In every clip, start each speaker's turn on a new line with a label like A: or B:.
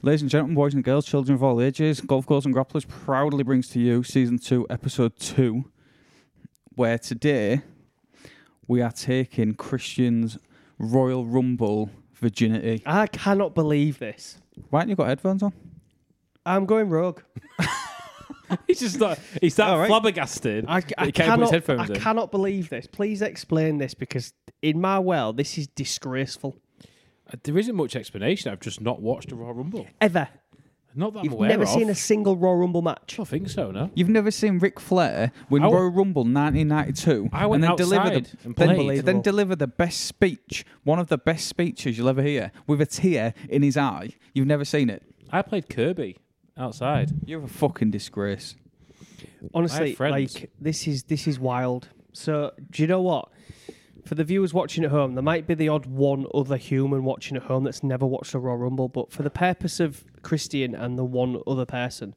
A: Ladies and gentlemen, boys and girls, children of all ages, Golf Course and Grapplers proudly brings to you Season 2, Episode 2, where today we are taking Christian's Royal Rumble virginity.
B: I cannot believe this.
A: Why haven't you got headphones on?
B: I'm going rogue.
C: He's just not. He's that
B: All right.
C: flabbergasted.
B: I,
C: that
B: I
C: he can't put his
B: cannot,
C: headphones
B: I
C: in.
B: cannot believe this. Please explain this because in my world, this is disgraceful.
C: There isn't much explanation. I've just not watched a Raw Rumble.
B: Ever.
C: Not that
B: You've
C: I'm aware
B: never
C: of.
B: seen a single Raw Rumble
C: I
B: match.
C: don't think so. No.
A: You've never seen Ric Flair win
C: I w-
A: Royal Rumble 1992
C: I went
A: and then deliver
C: outside
A: the,
C: and
A: then-
C: played.
A: then deliver the best speech, one of the best speeches you'll ever hear, with a tear in his eye. You've never seen it.
C: I played Kirby outside.
A: You're a fucking disgrace.
C: I
B: Honestly,
C: have friends.
B: like this is this is wild. So do you know what? For the viewers watching at home, there might be the odd one other human watching at home that's never watched a Raw Rumble, but for the purpose of Christian and the one other person,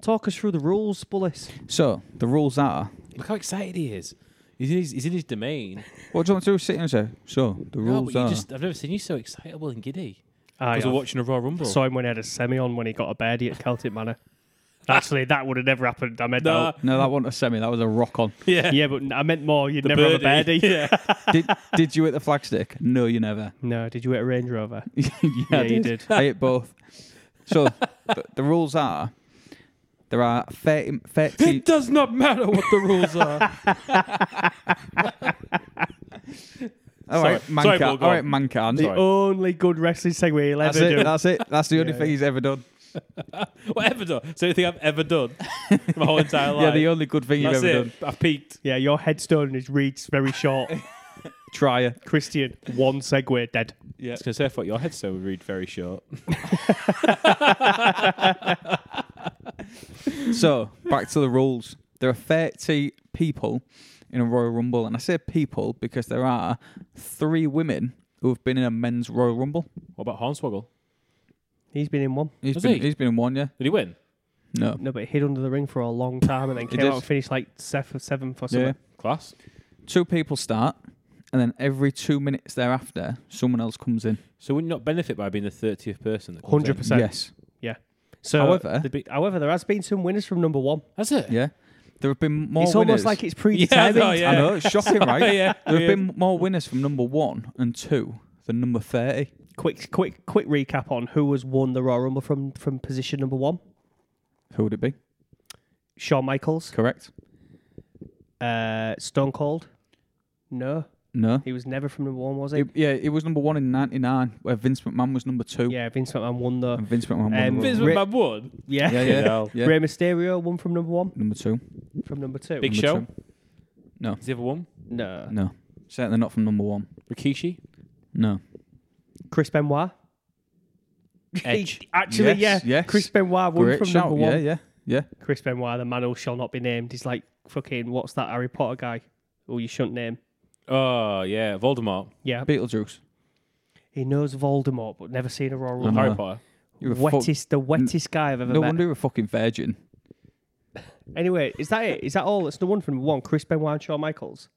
B: talk us through the rules, Bullis.
A: So, the rules are
C: Look how excited he is. He's in his, he's in his domain.
A: What do you want to do? Sit here and say, so the
C: No,
A: rules
C: but you
A: are.
C: just, I've never seen you so excitable and giddy.
B: I
C: Because we're watching a Raw Rumble.
B: Saw him when he had a semi on when he got a birdie at Celtic Manor. Actually, that would have never happened. I meant
C: Nah.
B: that.
A: No, that wasn't a semi. That was a rock on.
C: yeah.
B: Yeah, but I meant more. You'd never have a birdie.
C: Yeah.
A: did Did you hit the flagstick? No, you never.
B: No, did you hit a Range Rover?
A: yeah,
B: Yeah,
A: I
B: you
A: did.
B: did.
A: I hit both. So the, the rules are there are 30, 30
C: It does not matter what the rules are.
A: All right,
C: Sorry.
A: man
C: Sorry,
A: can-
C: Paul, go
A: all
C: on.
A: right, man can.
B: The
C: Sorry.
B: only good wrestling segue he'll
A: That's
B: ever
A: it.
B: do.
A: That's it. That's the only
B: Yeah,
A: thing he's ever done.
C: Whatever done. It's the only thing I've ever done my whole entire life.
A: Yeah, the only good thing
C: That's
A: you've ever
C: it.
A: done.
C: I've peaked.
B: Yeah, your headstone is reads very short.
A: Try it.
B: Christian, one segue dead.
C: Yeah. I was going to say, I thought your headstone would read very short.
A: So back to the rules. There are 30 people in a Royal Rumble, and I say people because there are three women who have been in a men's Royal Rumble.
C: What about Hornswoggle?
B: He's been in one.
A: He's
C: Has
A: been,
C: he?
A: has been in one, yeah.
C: Did he win?
A: No.
B: No, but he hid under the ring for a long time and then came
A: did.
B: out and finished like sef- seventh or
A: Yeah.
B: something.
C: Class.
A: Two people start, and then every two minutes thereafter, someone else comes in.
C: So wouldn't you not benefit by being the 30th person? that comes in?
B: 100%.
A: yes.
B: So,
A: However-
B: there'd be- however, there has been some winners from number one.
C: That's it.
A: Yeah. There have been more
B: it's
A: winners.
B: almost like it's predetermined.
C: know, yeah.
A: I know, it's shocking, right?
C: yeah.
A: There have been more winners from number one and two than number 30.
B: quick quick quick recap on who has won the Royal Rumble from from position number one.
A: Who would it be?
B: Shawn Michaels,
A: Correct?
B: uh, Stone Cold. No,
A: No.
B: he was never from number one, was he?
A: It- yeah, it was number one in 99, where Vince McMahon was number two.
B: yeah, Vince McMahon won though.
A: And Vince McMahon
B: Um,
A: won the
C: Vince
A: Royal Rumble.
B: Rick-
C: McMahon won.
B: Yeah.
A: Yeah,
C: Fucking
A: yeah.
C: hell.
A: yeah.
B: Rey Mysterio won from number one,
A: Number two.
B: from number two.
C: Big
A: Number
C: Show.
A: two.
C: Has he ever won?
B: No.
A: No. Certainly not from number one.
C: Rikishi?
A: No.
B: Chris Benoit.
C: Edge.
B: He- Actually,
A: Yes,
B: yeah.
A: yes.
B: Chris Benoit won
A: Great
B: from
A: shout.
B: number one.
A: Yeah, yeah. Yeah.
B: Chris Benoit, the man who shall not be named, is like fucking what's that Harry Potter guy? who you shouldn't name.
C: Oh, yeah. Voldemort.
B: Yeah,
A: Beetlejuice.
B: he knows Voldemort, but never seen a Royal Rumble.
A: Uh-huh.
C: Harry Potter.
A: You're a fuck-
B: Wettest, the wettest guy I've ever
A: No
B: met.
A: wonder you're a fucking virgin.
B: Anyway, is that it? Is that all? It's the one from one. Chris Benoit and Shawn Michaels.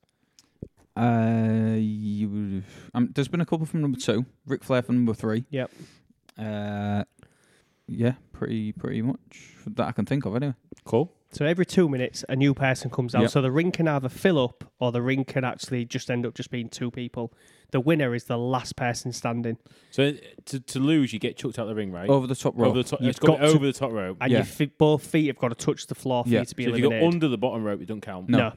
A: Uh, you, um, there's been a couple from number two. Ric Flair from number three.
B: Yep.
A: Uh, yeah, pretty pretty much that I can think of anyway.
C: Cool.
B: So every two minutes, a new person comes out.
A: Yep.
B: So the ring can either fill up, or the ring can actually just end up just being two people. The winner is the last person standing,
C: So uh, to, to lose, you get chucked out the ring, right?
A: Over the top rope.
C: Over the top.
B: You've
C: It's got,
B: got to-
C: over the top rope.
B: and
A: Yeah.
B: your fe- both feet have got to touch the floor for
A: Yeah.
B: you to be
C: so if you go
B: eliminated.
C: under the bottom rope, it don't count.
B: no,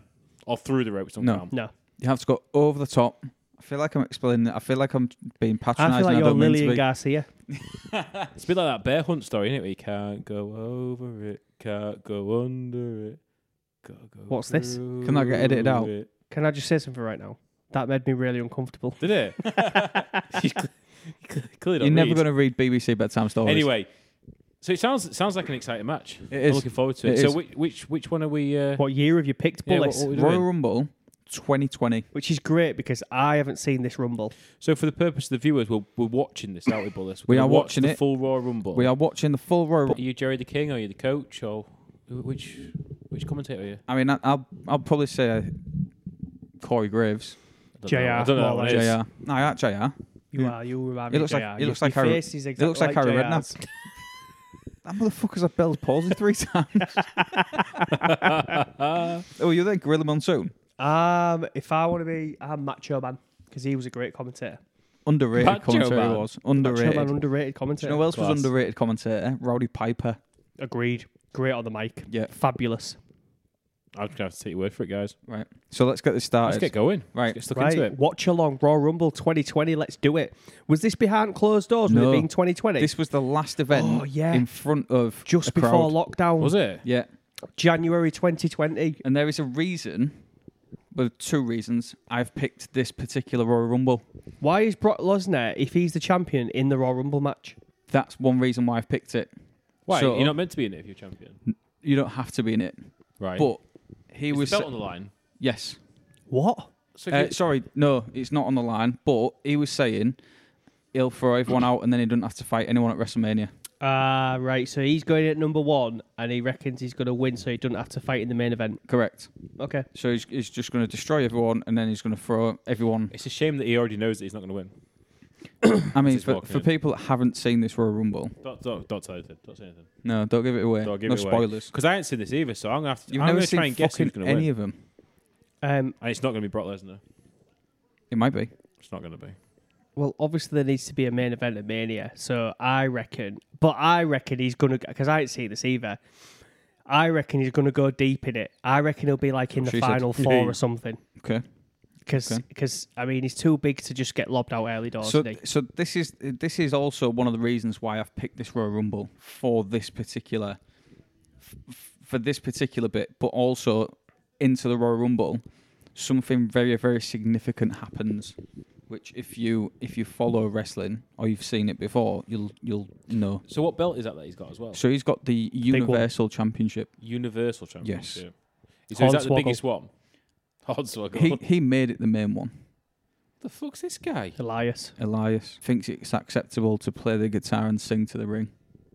C: Or through the rope, it don't
A: No.
C: count.
B: no.
A: you have to go over the top. I feel like I'm explaining. I feel like I'm being patronising.
B: I feel like you're
A: don't mean to
B: Lillian
A: be.
B: Garcia.
C: It's a bit like that bear hunt story, isn't it? You can't go over it, can't go under it. Gotta go
B: What's this?
A: Can that get edited
C: through
A: out?
C: it.
B: Can I just say something right now? That made me really uncomfortable.
C: Did it? you cl- you clearly don't
A: You're never
C: read.
A: going to read BBC bedtime stories.
C: Anyway, so it sounds it sounds like an exciting match.
A: It
C: I'm
A: is.
C: looking forward to
A: It
C: it. so
A: is.
C: which, which which one are we? Uh,
B: What year have you picked,
C: yeah,
B: Bullis?
C: what- what we
A: Royal
C: doing?
A: Rumble 2020.
B: Which is great because I haven't seen this Rumble.
C: So for the purpose of the viewers, we're, we're watching this, aren't we, Bullis?
A: We are
C: We're gonna watch
A: watching
C: the
A: it.
C: full Raw Rumble.
A: We are watching the full Royal.
C: Are you Jerry the King? Are you the coach? Or wh- which which commentator are you?
A: I mean, I, I'll I'll probably say uh, Corey Graves.
C: I don't
B: JR,
C: know. I don't know
B: more
C: what
B: like
C: it is.
A: JR. No, yeah, JR.
B: You
A: Yeah.
B: are. You remind
A: It
B: me of
A: looks like-
B: JR.
A: it
B: Your-
A: looks like
B: your
A: Harry-
B: face is
A: it looks
B: exactly
A: like Harry
B: JR's.
A: That motherfucker's had Bell's palsy three times.
C: Uh,
A: oh, you're there, Gorilla Monsoon.
B: Um, if I want to be, I'm Macho Man because he was a great commentator.
A: Underrated
C: Macho
A: commentator
C: Man.
A: was.
B: Macho Man,
A: Underrated.
B: underrated
A: Do
B: commentator.
A: you know who else
C: Class.
A: was underrated commentator? Rowdy Piper.
B: Agreed. Great on the mic.
A: Yeah.
B: Fabulous.
C: I'm just gonna have to take your word for it, guys.
A: Right. So let's get this
C: Let's
A: started.
C: get going.
A: Right.
C: Let's get stuck into
B: Right.
C: it.
B: Watch along Raw Rumble 2020. Let's do it. Was this behind closed doors? With
A: No.
B: it being 2020,
A: This was the last event
B: Oh, yeah.
A: in front of a
B: just before
A: crowd.
B: lockdown,
C: Was it?
A: Yeah.
B: January 2020.
A: And there is a reason, well, two reasons I've picked this particular Royal Rumble.
B: Why is Brock Lesnar, if he's the champion, in the Raw Rumble match?
A: That's one reason why I've picked it.
C: Why?
A: So-
C: You're not meant to be in it if you're champion.
A: You don't have to be in it,
C: Right.
A: but he
C: Is the
A: was
C: belt on the line.
A: yes.
B: What?
C: So
A: Uh,
C: if you-
A: sorry, no, it's not on the line. But he was saying he'll throw everyone out, and then he doesn't have to fight anyone at WrestleMania.
B: Ah, right. So he's going at number one, and he reckons he's going to win, so he doesn't have to fight in the main event.
A: Correct.
B: Okay.
A: So he's, he's just going to destroy everyone, and then he's going to throw everyone.
C: it's a shame that he already knows that he's not going to win.
A: I mean,
C: He's
A: for,
C: walking
A: for
C: in.
A: people that haven't seen this Royal Rumble,
C: Don't, don't, don't say anything. Don't say anything.
A: no, don't give it away.
C: Don't give
A: no
C: it away.
A: spoilers.
C: Because I ain't seen this either, so I'm going to have to.
A: You've
C: I'm
A: never
C: gonna try
A: seen
C: and guess who's
A: fucking
C: going to
A: any
C: win.
A: of them.
B: Um.
C: And it's not going to be Brock Lesnar.
A: It might be.
C: It's not going to be.
B: Well, obviously there needs to be a main event at Mania, so I reckon. But I reckon he's going to because I ain't seen this either. I reckon he's going to go deep in it. I reckon he'll be like in the
A: She said.
B: final four or something.
A: Okay.
B: Because,
A: Okay.
B: I mean, he's too big to just get lobbed out early doors.
A: So,
B: isn't he?
A: so this is this is also one of the reasons why I've picked this Royal Rumble for this particular f- f- for this particular bit, but also into the Royal Rumble, something very very significant happens, which if you if you follow wrestling or you've seen it before, you'll you'll know.
C: So what belt is that that he's got as well?
A: So he's got the
B: one.
A: Universal Championship.
C: Universal Championship. Yes. So is that the
B: Hornswoggle.
C: biggest one? Hornswoggle.
A: He he made it the main one.
C: the fuck's this guy?
B: Elias,
A: Elias thinks it's acceptable to play the guitar and sing to the ring.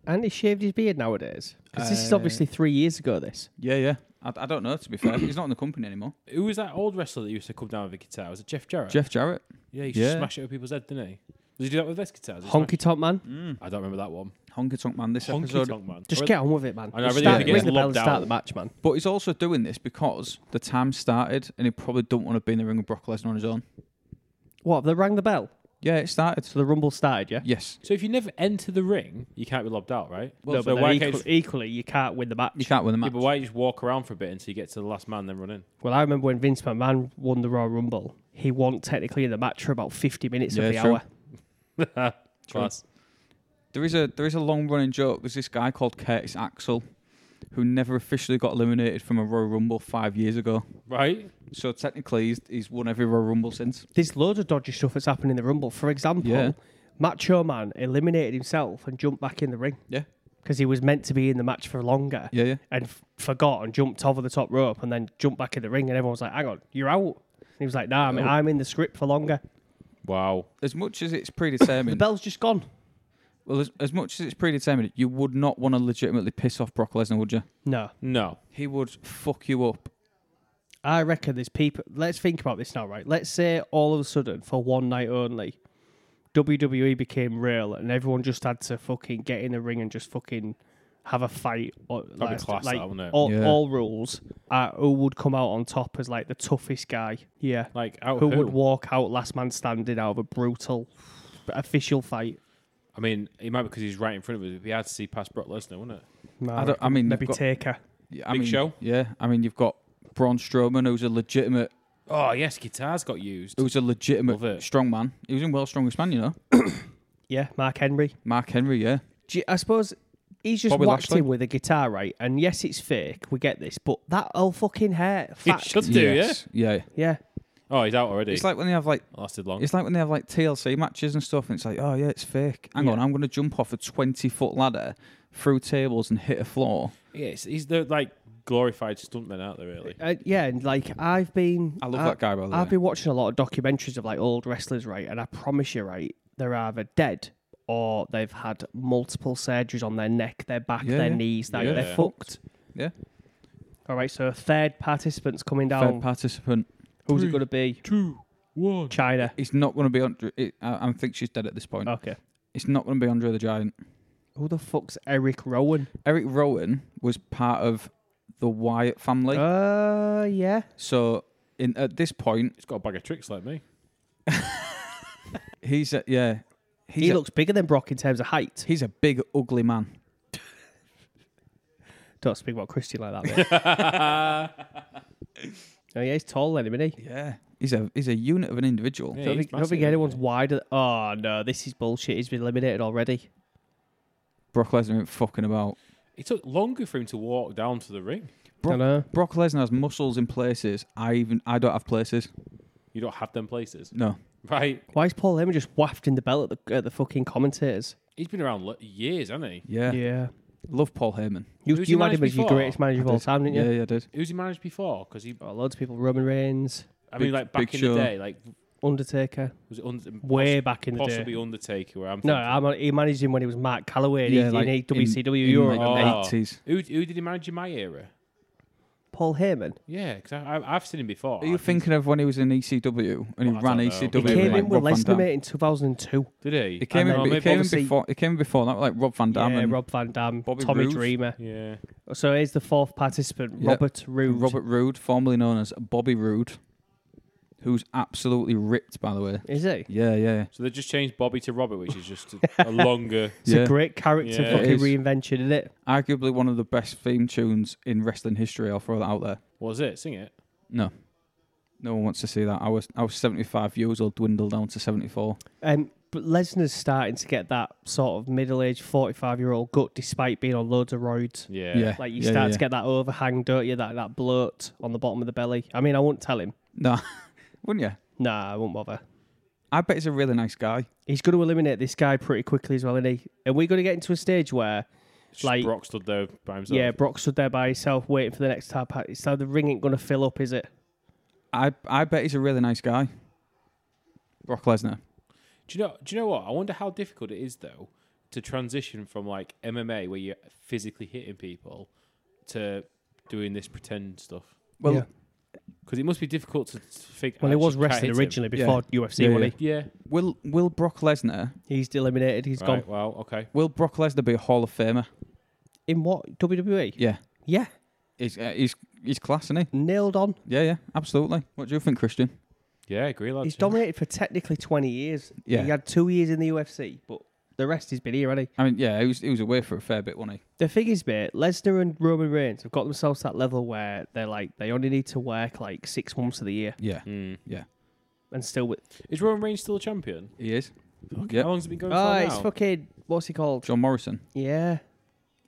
B: and he shaved his beard nowadays. Because this is
A: Uh,
B: obviously three years ago. This
A: Yeah, yeah. I, I don't know to be fair. he's not in the company anymore.
C: Who was that old wrestler that used to come down with a guitar? Was it Jeff Jarrett?
A: Jeff Jarrett.
C: yeah, he used to
A: Yeah.
C: smash it over people's head, didn't he? Did he do that with his guitars? Did he
B: honky tonk man,
A: Mm.
C: smash- I don't remember that one.
A: Honky Tonk Man this
C: Honky
A: episode.
C: Tonk Man.
B: just
C: I
B: get on with it, man.
C: I know, I
B: Just
C: really
B: start,
A: think he
B: ring the
A: gets
B: bell and
C: lobbed
B: start
C: out.
B: the match, man.
A: But he's also doing this because the time started and he probably don't want to be in the ring with Brock Lesnar on his own.
B: What? They rang the bell,
A: Yeah, it started.
B: so the rumble started. Yeah.
A: Yes.
C: So if you never enter the ring, you can't be lobbed out, right?
B: no,
C: so
B: but
C: why
B: then
C: can't you
B: equally,
C: just,
B: equally, you can't win the match.
A: You can't win the
C: yeah,
A: match.
C: but why don't you just walk around for a bit until you get to the last man, then run in?
B: Well, I remember when Vince McMahon won the Royal Rumble, he won technically in the match for about 50 minutes
A: Yeah,
B: of the
A: true.
B: hour.
C: Class.
A: There is a there is a long running joke. There's this guy called Curtis Axel who never officially got eliminated from a Royal Rumble five years ago.
C: Right?
A: So technically he's, he's won every Royal Rumble since.
B: There's loads of dodgy stuff that's happened in the Rumble. For example,
A: Yeah.
B: Macho Man eliminated himself and jumped back in the ring
A: Yeah.
B: because he was meant to be in the match for longer
A: Yeah, yeah.
B: and f- forgot and jumped over the top rope and then jumped back in the ring. And everyone was like, hang on, you're out. And he was like, nah, I'm,
A: Oh.
B: I'm in the script for longer.
C: Wow.
A: As much as it's
B: The
A: predetermined
B: bell's just gone.
A: well as, as much as it's predetermined, you would not want to legitimately piss off Brock Lesnar, would you?
B: No.
C: No.
A: He would fuck you up.
B: I reckon there's people. Let's think about this now, right? Let's say all of a sudden, for one night only, WWE became real and everyone just had to fucking get in the ring and just fucking have a fight. Or, like,
C: class that,
B: like,
C: wouldn't it?
B: all,
A: Yeah.
B: all rules. Uh, who would come out on top as like the toughest guy? Yeah.
C: Like, out
B: who,
C: who?
B: would walk out last man standing out of a brutal official fight?
C: I mean, it might be because he's right in front of us. It'd be hard to see past Brock Lesnar, wouldn't it?
B: No,
A: I don't I mean
B: maybe
A: you've got-
B: Taker.
A: Yeah, I
C: Big
A: mean,
C: Show?
A: Yeah, I mean you've got Braun Strowman, who's a legitimate,
C: Oh, yes, guitars got used.
A: who's a legitimate
C: Love it.
A: strongman. He was in World's Strongest Man, you know.
B: Yeah, Mark Henry.
A: Mark Henry, yeah,
B: Do you- I suppose he's just
A: Bobby
B: whacked
A: Lashley?
B: him with a guitar, right? And yes, it's fake. We get this, but that old fucking hair.
C: He
B: Fact.
C: should do,
A: yeah, yeah.
B: Yeah.
C: yeah? Oh, he's out already.
A: It's like when they have like,
C: Lasted long.
A: it's like when they have like TLC matches and stuff, and it's like, oh yeah, it's fake. Hang
B: Yeah.
A: on, I'm going to jump off a 20 foot ladder through tables and hit a floor.
C: Yeah, it's, he's the like glorified stuntman out there, really.
B: Uh, yeah, and like I've been.
A: I love that guy by the
B: I've
A: way.
B: been watching a lot of documentaries of like old wrestlers, right? And I promise you, right, they're either dead or they've had multiple surgeries on their neck, their back,
A: Yeah,
B: their
A: yeah.
B: knees. Like
C: Yeah.
B: they're fucked.
A: Yeah,
B: All right, so a third participant's coming
A: third
B: down.
A: participant.
B: Who's it
C: Three.
B: going to be?
C: Two, one.
B: China. Oh.
A: It's not going to be Andre. It, I, I think she's dead at this point.
B: Okay.
A: It's not going to be Andre the Giant.
B: Who the fuck's Eric Rowan?
A: Eric Rowan was part of the Wyatt family.
B: Uh, yeah.
A: so in at this point,
C: He's got a bag of tricks like me.
A: he's a, yeah, he's
B: he
A: a,
B: looks bigger than Brock in terms of height.
A: he's a big ugly man.
B: Don't speak about Christian like that. mate. oh yeah, he's tall then, isn't he?
A: Yeah, he's a he's a unit of an individual.
C: Yeah,
B: don't,
C: he's
B: think, don't
C: massive,
B: think
C: isn't
B: anyone's
C: he?
B: wider. Oh no, this is bullshit. He's been eliminated already.
A: Brock Lesnar ain't fucking about.
C: It took longer for him to walk down to the ring.
A: Brock-
B: I know.
A: Brock Lesnar has muscles in places. I even I don't have places.
C: You don't have them places,
A: No,
C: right?
B: Why is Paul Heyman just wafting the belt at the, at the fucking commentators?
C: He's been around lo- years, hasn't he?
A: yeah,
B: yeah.
A: love Paul Heyman.
B: You,
C: Who's
B: you
C: he
B: had
C: managed
B: him as your
C: before?
B: greatest manager of all time, didn't
A: Yeah,
B: you?
A: yeah, I did.
C: Who's he managed before? Because he,
B: Oh, loads of people. Roman Reigns,
C: I
A: Big-
C: mean, like back
A: Big
C: in
A: Show.
C: the day, like
B: Undertaker.
C: was it under,
B: Way back in the
C: possibly
B: day.
C: Undertaker? Where I'm
B: No,
C: thinking.
B: I'm, he managed him when he was Mark Calloway
A: yeah,
B: yeah, in WCW
A: in,
B: Europe.
C: like, Oh.
A: eighties.
C: Who, who did he manage in my era?
B: Paul Heyman.
C: Yeah, because I, I, I've seen him before.
A: Are you thinking of when he was in ECW and he
C: Well, Oh. I
A: ran
C: don't know.
B: He
A: ECW?
C: WWE,
B: came
A: E, like
B: in
A: Rob
B: with
A: Van
B: Lesnar
A: Dam?
B: mate in 2002.
C: Did he?
A: He came in.
B: And then
A: He
C: maybe
A: came in
C: obviously-
A: before. He came in before that, like Rob Van Dam
B: yeah,
A: and
B: Rob Van Dam,
A: Bobby
B: Tommy
A: Roode.
B: Dreamer.
C: Yeah.
B: So here's the fourth participant,
A: Yeah.
B: Robert Roode.
A: Robert Roode, formerly known as Bobby Roode, who's absolutely ripped, by the way.
B: Is he?
A: Yeah, yeah,
C: So they just changed Bobby to Robert, which is just a, a longer.
B: It's
A: Yeah.
B: a great character
C: Yeah.
A: It
B: fucking
A: is.
B: reinvention, isn't it?
A: arguably one of the best theme tunes in wrestling history. I'll throw that out there.
C: Was it? Sing it.
A: No, no one wants to see that. I was I was seventy five years old, dwindle down to seventy four.
B: Um, but Lesnar's starting to get that sort of middle-aged, forty-five-year-old gut, despite being on loads of roids.
C: Yeah.
A: Yeah.
B: Like you
A: yeah,
B: start
A: yeah.
B: to get that overhang, don't you? That that bloat on the bottom of the belly. I mean, I wouldn't tell him.
A: No, wouldn't you?
B: Nah, I won't bother.
A: I bet he's a really nice guy.
B: He's going to eliminate this guy pretty quickly as well, isn't he? And we're going to get into a stage where,
C: Just
B: Like-
C: Brock stood there by himself.
B: yeah, Brock stood there by himself waiting for the next tap. out. It's like the ring ain't going to fill up, is it?
A: I I bet he's a really nice guy. Brock Lesnar.
C: Do you know? Do you know what? I wonder how difficult it is though to transition from like MMA, where you're physically hitting people, to doing this pretend stuff.
A: Well,
B: Yeah.
C: Because it must be difficult to think.
B: Well, it was
C: actually can't
B: wrestling
C: hit him.
B: originally
A: Yeah.
B: before UFC,
A: Yeah,
B: wasn't
C: Yeah.
A: will will Brock Lesnar
B: he? He's eliminated. He's
C: Right,
B: gone.
C: Well, okay.
A: will Brock Lesnar be a Hall of Famer?
B: In what E? WWE?
A: Yeah,
B: Yeah,
A: he's uh, he's he's class, isn't he?
B: nailed on.
A: Yeah, yeah, absolutely. What do you think, Christian?
C: Yeah, agree, lads.
B: He's dominated for technically 20 years.
A: Yeah.
B: He had two years in the UFC, but the rest he's been here, hasn't he?
A: I mean, yeah, he was he was away for a fair bit, wasn't he?
B: The thing is, mate, Lesnar and Roman Reigns have got themselves to that level where they're like, they only need to work like six months of the year
A: Yeah,
C: Mm.
B: and still with.
C: Is Roman Reigns still a champion?
A: he is.
C: How long's it been going
B: Oh,
C: for
B: it's
C: now?
B: fucking, what's he called?
A: John Morrison.
B: Yeah.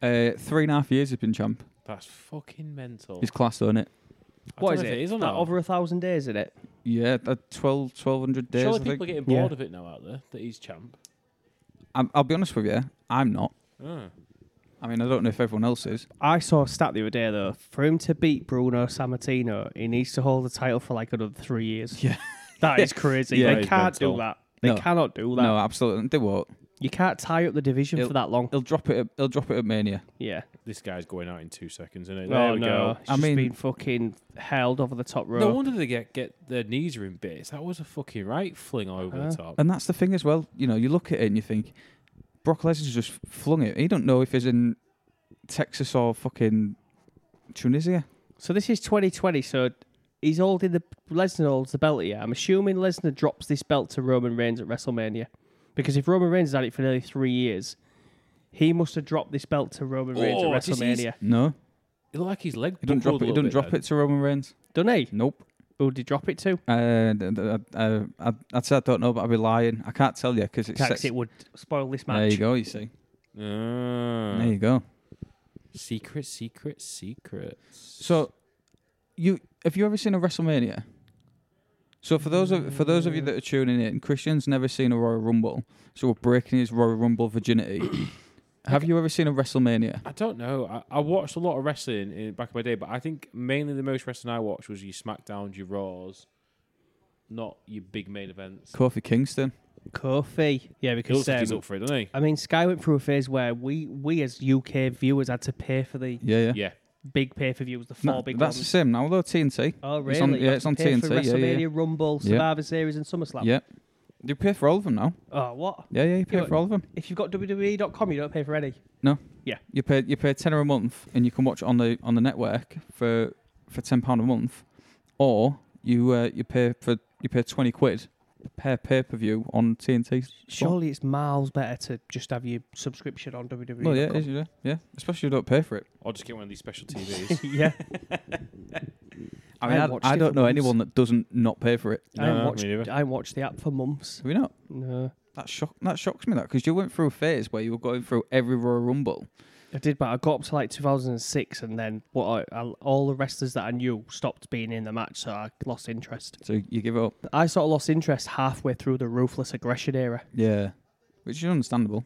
A: Uh, three and a half years he's been champ.
C: That's fucking mental.
A: He's class, on it?
C: I
B: What
C: don't
B: is
C: know
B: it?
C: if is or
B: That
C: not.
B: over a thousand days, isn't it?
A: Yeah, uh, 12, 1200 days.
C: Surely
A: I
C: people
A: think.
C: are getting
B: Yeah.
C: bored of it now out there that he's champ.
A: I'm, I'll be honest with you, I'm not.
C: Ah.
A: I mean, I don't know if everyone else is.
B: I saw a stat the other day, though. For him to beat Bruno Sammartino, he needs to hold the title for like another three years.
A: Yeah.
B: That is crazy.
A: Yeah,
B: they
C: it's
B: can't
C: mental.
B: do that. They
A: No.
B: cannot do that.
A: No, absolutely, they won't.
B: You can't tie up the division
A: He'll-
B: for that long.
A: He'll drop it. At, he'll drop it at Mania.
B: Yeah.
C: This guy's going out in two seconds, isn't it? There
B: Oh
C: we
B: no!
C: go.
B: It's
A: I
B: just
A: mean-
B: been fucking held over the top rope.
C: No wonder they get, get their knees are in bits. That was a fucking right fling over
B: Uh-huh.
C: the top.
A: And that's the thing as well. You know, you look at it and you think Brock Lesnar's just flung it. He don't know if he's in Texas or fucking Tunisia.
B: So this is 2020. So he's holding the Lesnar holds the belt here. I'm assuming Lesnar drops this belt to Roman Reigns at WrestleMania, because if Roman Reigns has had it for nearly three years, he must have dropped this belt to Roman Reigns
C: Oh,
B: at
C: this is-
B: WrestleMania,
A: No,
C: It looked like his leg.
A: he don't drop
C: buckled
A: it. He
C: a
A: don't
C: little
A: drop
C: bit
A: it to Roman Reigns.
B: doesn't he?
A: Nope.
B: Who did he drop it to?
A: Uh, d- d- uh, uh, I'd, I'd say I don't know, but I'd be lying. I can't tell you because it's
B: Because
A: sex-
B: it would spoil this match.
A: There you go. You see.
C: then. Ah.
A: There you go.
C: Secret, secret, secret.
A: So, you have you ever seen a WrestleMania? So for those of for those of you that are tuning in, Christian's never seen a Royal Rumble, so we're breaking his Royal Rumble virginity. have you ever seen a WrestleMania?
C: I don't know. I, I watched a lot of wrestling in back in my day, but I think mainly the most wrestling I watched was your SmackDowns, your Raws, not your big main events.
A: Kofi Kingston.
B: Kofi. Yeah,
C: He looks
B: because
C: like he's
B: um,
C: up for it, doesn't he?
B: I mean, Sky went through a phase where we we as UK viewers had to pay for the
A: Yeah, yeah.
C: Yeah.
B: big pay per views, the four
A: No,
B: big
A: that's
B: ones.
A: the same now though. TNT.
B: Oh, really?
A: It's on- yeah,
B: You have
A: it's
B: to
A: on
B: pay For
A: TNT, yeah, yeah,
B: WrestleMania,
A: yeah.
B: Rumble, Survivor Series, and SummerSlam.
A: Yeah, You pay for all of them now.
B: Oh, what?
A: Yeah, yeah, you pay
B: Yeah,
A: for all of them.
B: If you've got WWE.com, you don't pay for any.
A: You pay you pay tenner a month, and you can watch on the on the network for for ten pound a month, or you uh, you pay for you pay twenty quid per pay per view on TNT.
B: Surely it's miles better to just have your subscription on E WWE.
A: Well, yeah, it is, yeah, yeah. Especially if you don't pay for it.
C: I'll just get one of these special TVs.
B: yeah.
A: I
B: I
A: mean, I,
B: watched
A: I
B: it
A: don't
B: for
A: know
B: months.
A: anyone that doesn't not pay for it.
B: I haven't
C: No,
B: watched,
C: me neither.
B: I haven't watched the app for months.
A: Have you not?
B: No,
A: That shock that shocks me that because you went through a phase where you were going through every Royal Rumble.
B: I did, but I got up to like 2006, and then what? I, I, all the wrestlers that I knew stopped being in the match, so I lost interest.
A: So you give it up.
B: I sort of lost interest halfway through the ruthless aggression era.
A: Yeah. Which is understandable.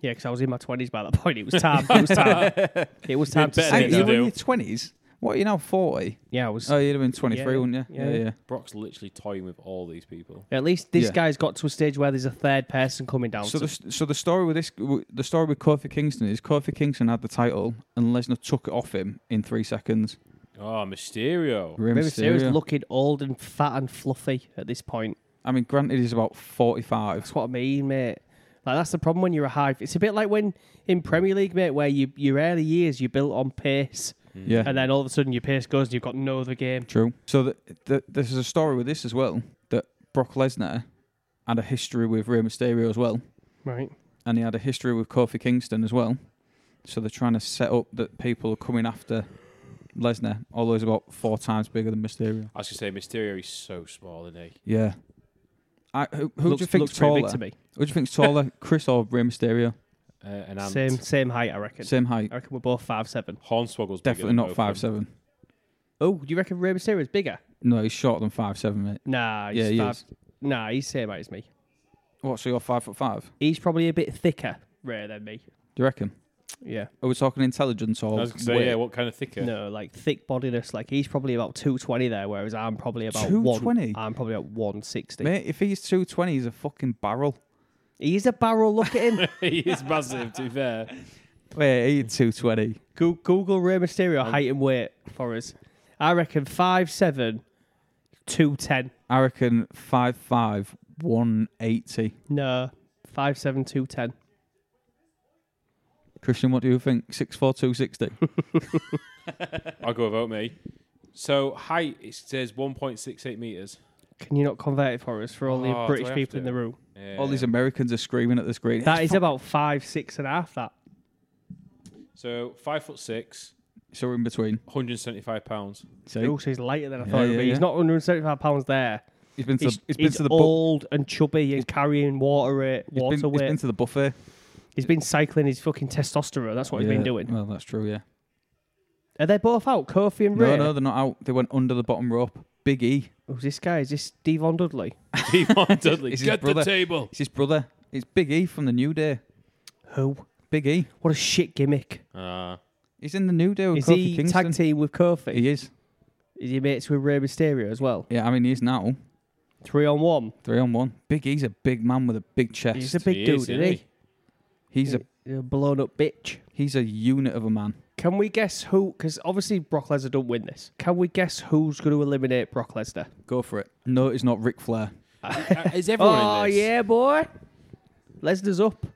B: Yeah, because I was in my 20s by that point. It was time. It was time. it was time to
C: Better
A: Hey,
C: than
B: see.
A: you
C: now.
A: were in your twenties. What are you now forty?
B: Yeah, I was.
A: Oh, you'd have been twenty three,
B: Yeah,
A: wouldn't you?
B: yeah.
A: yeah.
C: Brock's literally toying with all these people.
B: At least this
A: Yeah.
B: guy's got to a stage where there's a third person coming down.
A: So
B: So
A: the so the story with this the story with Kofi Kingston is Kofi Kingston had the title and Lesnar took it off him in three seconds.
C: Oh, Mysterio.
A: Rey
B: Rey Mysterio's
A: Mysterio.
B: looking old and fat and fluffy at this point.
A: I mean, granted, he's about forty five.
B: That's what I mean, mate. Like that's the problem when you're a high. It's a bit like when in Premier League, mate, where you your early years you built on pace,
A: Yeah,
B: and then all of a sudden your pace goes and you've got no other game.
A: true. So the, the, there's a story with this as well that Brock Lesnar had a history with Rey Mysterio as well,
B: Right.
A: and he had a history with Kofi Kingston as well. So they're trying to set up that people are coming after Lesnar, although he's about four times bigger than Mysterio.
C: I was gonna say Mysterio is so small, isn't he?
A: Yeah. I, who who
B: looks,
A: do you think's
B: looks pretty
A: taller?
B: big to me.
A: Who do you think's taller, Chris or Rey Mysterio?
C: Uh, an ant.
B: Same same height, I reckon.
A: Same height.
B: I reckon we're both five seven.
C: Hornswoggle's bigger
A: Definitely
C: than
A: not
C: both
A: five
C: of them.
A: seven.
B: Oh, do you reckon Rey Mysterio's bigger?
A: No, he's shorter than five seven, mate.
B: Nah, he's
A: Yeah, he
B: five.
A: is.
B: Nah, he's same height as me.
A: What? So you're five foot five?
B: He's probably a bit thicker, Rey than me.
A: Do you reckon?
B: Yeah.
A: Are we talking intelligence
C: I
A: or?
C: was gonna say, yeah, what kind of thicker?
B: No, like thick bodiness. Like he's probably about two twenty there, whereas I'm probably about one.
A: 220?
B: I'm probably about one sixty.
A: Mate, if he's two twenty, he's a fucking barrel.
B: He's a barrel. Look at him.
C: he is massive. To be fair,
A: Wait, he's two twenty.
B: Go- Google Rey Mysterio height and weight for us. I reckon five seven, two ten.
A: I reckon five five one eighty.
B: No, five seven two ten.
A: Christian, what do you think? Six four two sixty.
C: I'll go about me. So height, it says 1.68 meters.
B: Can you not convert it for us for all the
C: Oh, do I
B: British
C: have
B: people in
C: to?
B: the room?
A: All these
C: Um,
A: Americans are screaming at the screen.
B: That is about five six and a half. That
C: so five foot six,
A: so we're in between.
C: 175 pounds.
A: See,
B: Ooh, so he's lighter than I
A: Yeah,
B: thought. he'd
A: yeah,
B: be.
A: yeah.
B: He's not 175 pounds there.
A: he's been to
B: He's,
A: the, he's been
B: he's
A: to the bu-
B: old and chubby and carrying water rate,
A: he's been-
B: water weight.
A: he's been to the buffet.
B: cycling his fucking testosterone. That's what he's
A: Yeah,
B: been doing.
A: Well, that's true. Yeah.
B: Are they both out? Kofi and
A: No,
B: Ray.
A: no, they're not out. They went under the bottom rope. Big E.
B: Who's this guy? Is this Devon Dudley?
C: Devon Dudley,
A: It's his
C: get the
A: brother.
C: table.
A: It's his brother. It's Big E from the New Day.
B: Who?
A: Big E.
B: What a shit gimmick.
C: Ah,
A: He's in the New Day with
B: Is
A: Kofi
B: he
A: Kingston.
B: tag team with Kofi?
A: He is.
B: Is he mates with Rey Mysterio as well?
A: Yeah, I mean, he's now
B: Three on one.
A: three on one. Big E's a big man with a big chest.
B: He's a big
C: he
B: dude,
C: is,
B: isn't he?
A: he's a
B: He's a blown up bitch.
A: he's a unit of a man.
B: Can we guess who? Because obviously Brock Lesnar don't win this. Can we guess who's going to eliminate Brock Lesnar?
A: Go for it. No, it's not Ric Flair.
C: Uh, is everyone
B: Oh
C: in this?
B: yeah, boy. Lesnar's up.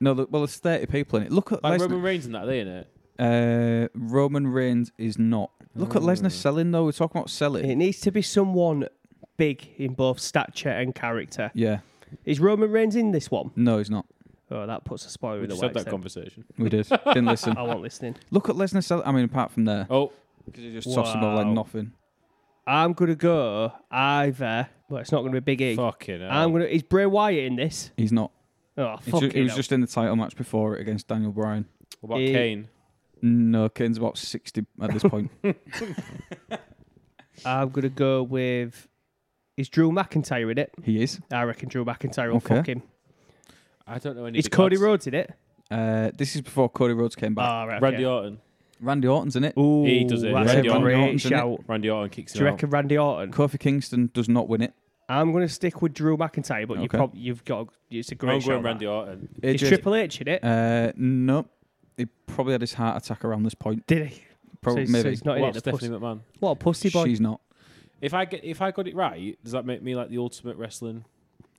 A: No, look, well, there's 30 people in it. Look at
C: Like
A: Lesnar.
C: Roman Reigns and that, they in it.
A: uh, Roman Reigns is not. Look at
B: Mm.
A: Lesnar selling though. We're talking about selling.
B: It needs to be someone big in both stature and character.
A: yeah.
B: Is Roman Reigns in this one?
A: No, he's not.
B: Oh, that puts a spoiler
C: We
B: in the
C: just had
B: works.
C: that
B: then.
C: conversation.
A: We did. Didn't listen.
B: I won't listening.
A: Look at Lesnar selling. I mean, apart from there,
C: Oh,
A: because he just tossed the ball like
B: Wow.
A: nothing.
B: I'm gonna go either. Well, it's not gonna be Big E.
C: fucking hell.
B: I'm gonna. Is Bray Wyatt in this?
A: He's not.
B: Oh,
A: He ju-
B: fuck
A: he was just in the title match before it against Daniel Bryan.
C: what about
B: Eh,
C: Kane?
A: No, Kane's about 60 at this point.
B: I'm gonna go with. Is Drew McIntyre in it?
A: he is.
B: I reckon Drew McIntyre will
A: Okay.
B: fuck him.
C: I don't know any.
B: Is
C: big
B: Cody
C: lads.
B: Rhodes in it?
A: Uh, this is before Cody Rhodes came back.
B: Ah, right, okay.
C: Randy Orton.
A: Randy Orton's in it.
B: Ooh,
C: He does it.
B: That's
A: Randy
B: a
A: Orton.
B: great
A: Orton's in it.
B: shout.
C: Randy Orton kicks
B: Do you
C: him out.
B: reckon Randy Orton?
A: Kofi Kingston does not win it.
B: I'm gonna stick with Drew McIntyre, but you
A: Okay.
B: prob- you've got it's a great
C: I'm
B: shout.
C: going
B: that.
C: Randy Orton.
B: Is
A: AJ
B: Triple H in it?
A: Uh, no. He probably had his heart attack around this point.
B: Did he?
A: Probably,
B: so, he's- so
A: maybe.
B: he's not
C: What
B: in
C: about
B: it. The
C: Stephanie
B: pussy,
C: McMahon?
B: what a pussy boy.
A: She's not.
C: If I get if I got it right, does that make me like the ultimate wrestling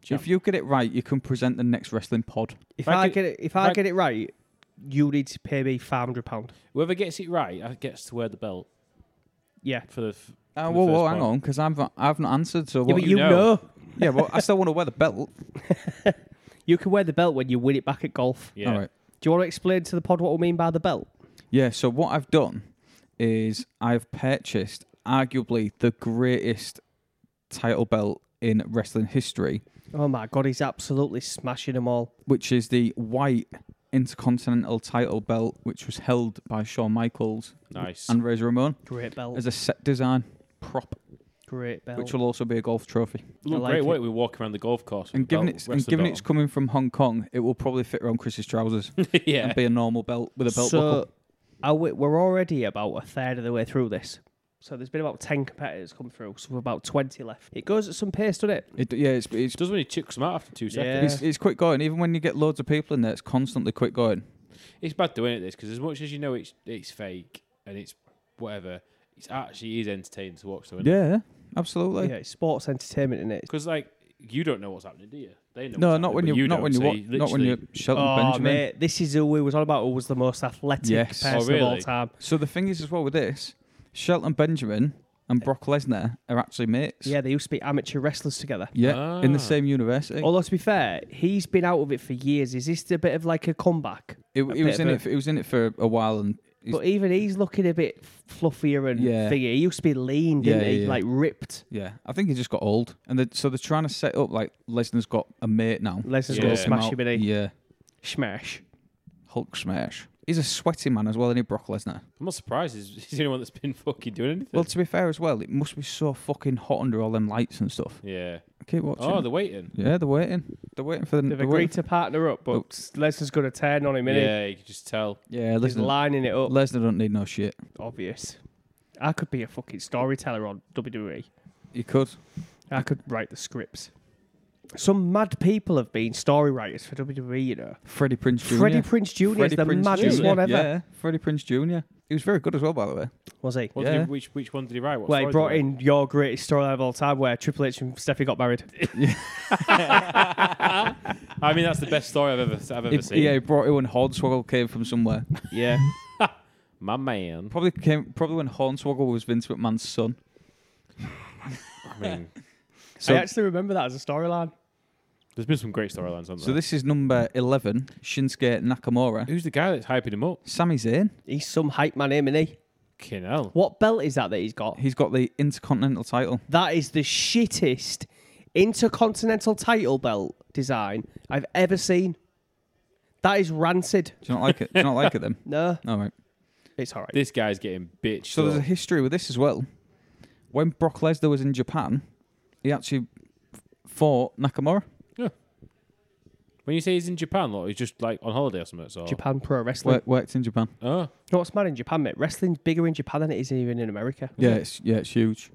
A: If you get it right, you can present the next wrestling pod.
B: If
C: I
B: I,
C: could-
B: get it, if
C: if
B: I
C: I-
B: get it right, you need to pay me five hundred pound.
C: Whoever gets it right uh, gets to wear the belt
B: Yeah.
C: for the. F-
A: Uh,
C: For the
A: whoa,
C: first
A: whoa, hang
C: pod.
A: on, because I've not, I've not answered. So
B: yeah,
A: what?
B: but
C: do
B: you
C: you know?
B: know.
A: yeah, well, I still want to wear the belt.
B: you can wear the belt when you win it back at golf.
C: yeah.
A: All right.
B: Do you want to explain to the pod what we mean by the belt?
A: Yeah, so what I've done is I've purchased arguably the greatest title belt in wrestling history,
B: Oh my god, he's absolutely smashing them all.
A: which is the white Intercontinental title belt, which was held by Shawn Michaels
C: Nice.
A: and Razor Ramon
B: Great belt.
A: as a set design prop,
B: Great belt.
A: which will also be a golf trophy.
C: Look
B: like
C: great
B: it.
C: way we walk around the golf course. with
A: And
C: the
A: given
C: belt
A: it's and
C: rested
A: given
C: on.
A: it's coming from Hong Kong, it will probably fit around Chris's trousers
C: yeah.
A: and be a normal belt with a belt
B: so,
A: buckle.
B: are we, we're already about a third of the way through this. So there's been about ten competitors come through, so we've about twenty left. It goes at some pace, doesn't it?
A: It, yeah, it's it's,
C: Does when you chuck some out after two
B: Yeah.
C: seconds.
A: it's it's quick going. Even when you get loads of people in there, it's constantly quick going.
C: It's bad doing it this because as much as you know it's it's fake and it's whatever, it's actually is entertaining to watch though.
A: Yeah, absolutely.
B: yeah, it's sports entertainment in it.
C: Because like you don't know what's happening, do you? They know.
A: No,
C: what's
A: not
C: happening,
A: when
C: but
A: you, not
C: don't,
A: when you
C: so
A: wa- not when
C: literally-
A: you Shelton
B: Oh
A: Benjamin.
B: mate, this is who we was on about. Who was the most athletic
A: Yes.
B: person
C: Oh,
B: of all
C: really?
B: time?
A: So the thing is as well with this, Shelton Benjamin and Brock Lesnar are actually mates.
B: Yeah, they used to be amateur wrestlers together.
A: Yeah, in the
C: Ah.
A: same university.
B: Although to be fair, he's been out of it for years. Is this a bit of like a comeback?
A: It,
B: a
A: he was
B: bit
A: in
B: of
A: it. It was in it for a while, and He's-
B: but even he's looking a bit fluffier and
A: Yeah.
B: thingy. He used to be lean, didn't
A: Yeah,
B: he?
A: yeah, yeah.
B: Like ripped.
A: yeah, I think he just got old. And they, so they're trying to set up like Lesnar's got a mate now.
B: Lesnar's
C: Yeah.
B: gonna
A: Sort him
B: smash
A: out.
B: him in he?
A: Yeah,
B: Smash.
A: Hulk smash. He's a sweaty man as well, isn't he, Brock Lesnar?
C: I'm not surprised. He's, he's the only one that's been fucking doing anything.
A: Well, to be fair as well, it must be so fucking hot under all them lights and stuff.
C: yeah.
A: I keep watching.
C: Oh, they're waiting.
A: yeah, they're waiting. They're waiting for the.
B: They've
A: they're
B: agreed
A: waiting-
B: to partner up, but Lesnar's going to turn on him, innit?
C: Yeah, you can just tell.
A: Yeah,
B: He's
A: Lesnar.
B: lining it up.
A: Lesnar don't need no shit.
B: Obvious. I could be a fucking storyteller on WWE.
A: You could.
B: I could write the scripts. Some mad people have been story writers for WWE, you know.
A: Freddie Prince Jr.
B: Freddie Prince Jr. is
A: Freddie
B: the
A: Prinze
B: maddest
A: Jr.
B: one ever.
A: Yeah, Freddie Prince Jr. He was very good as well, by the way.
B: Was he?
C: What
A: Yeah.
C: did he, which which one did he write? What
B: Well, he
C: story
B: brought
C: did he
B: in your greatest storyline of all time where Triple H and Steffi got married.
C: write? I mean, that's the best story I've ever I've ever
A: He-
C: seen.
A: yeah, he E brought it when Hornswoggle came from somewhere.
B: Yeah.
C: My man.
A: Probably came. Probably when Hornswoggle was Vince McMahon's son.
C: I mean,
A: So,
B: I actually remember that as a storyline.
C: there's been some great storylines on
A: so this is number eleven. Shinsuke Nakamura,
C: Who's the guy that's hyping him up?
A: Sami Zayn.
B: He's some hype man, him, isn't he?
C: Fucking hell.
B: What belt is that that he's got?
A: He's got the Intercontinental title.
B: That is the shittest intercontinental title belt design I've ever seen. That is rancid.
A: Do you not like it? Do you not like it then?
B: No,
A: All right.
B: it's all right.
C: This guy's getting bitched.
A: So there's a
C: up.
A: history with this as well. When Brock Lesnar was in Japan, he actually f- fought Nakamura.
C: When you say he's in Japan, like he's just like on holiday or something. So
B: Japan Pro Wrestling.
A: Worked, worked in Japan.
C: Oh,
B: You know what's mad in Japan, mate? Wrestling's bigger in Japan than it is even in America.
A: Yeah, it's yeah, it's huge.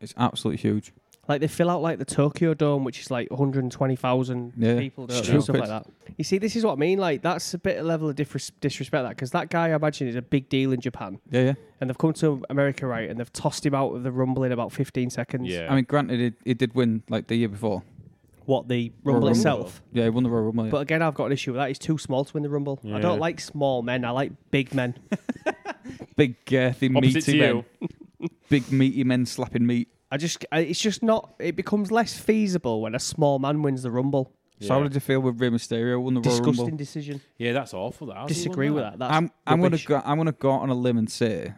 A: It's absolutely huge.
B: Like they fill out like the Tokyo Dome, which is like 120,000
A: Yeah.
B: people, don't they?
A: Stupid.
B: stuff like that. You see, this is what I mean. Like that's a bit of level of difference disrespect that because that guy, I imagine, is a big deal in Japan,
A: Yeah, yeah.
B: and they've come to America right, and they've tossed him out of the Rumble in about 15 seconds.
C: yeah.
A: I mean, granted, it, it did win like the year before.
B: What the
A: Royal
B: Rumble
A: Rumble.
B: itself?
A: Yeah, he won the Royal Rumble. yeah.
B: But again, I've got an issue with that. He's too small to win the Rumble. I
C: Yeah.
B: don't like small men. I like big men.
A: big, girthy,
C: opposite
A: meaty
C: to
A: men.
C: you.
A: Big, meaty men slapping meat.
B: I just, I, it's just not. It becomes less feasible when a small man wins the Rumble.
A: So how did you feel with Rey Mysterio won the Royal
B: Disgusting
A: Rumble?
B: decision.
C: Yeah, that's awful. That. How's he won
B: Disagree with that. That's
A: I'm I'm gonna
B: rubbish.
A: go, I'm gonna go out on a limb and say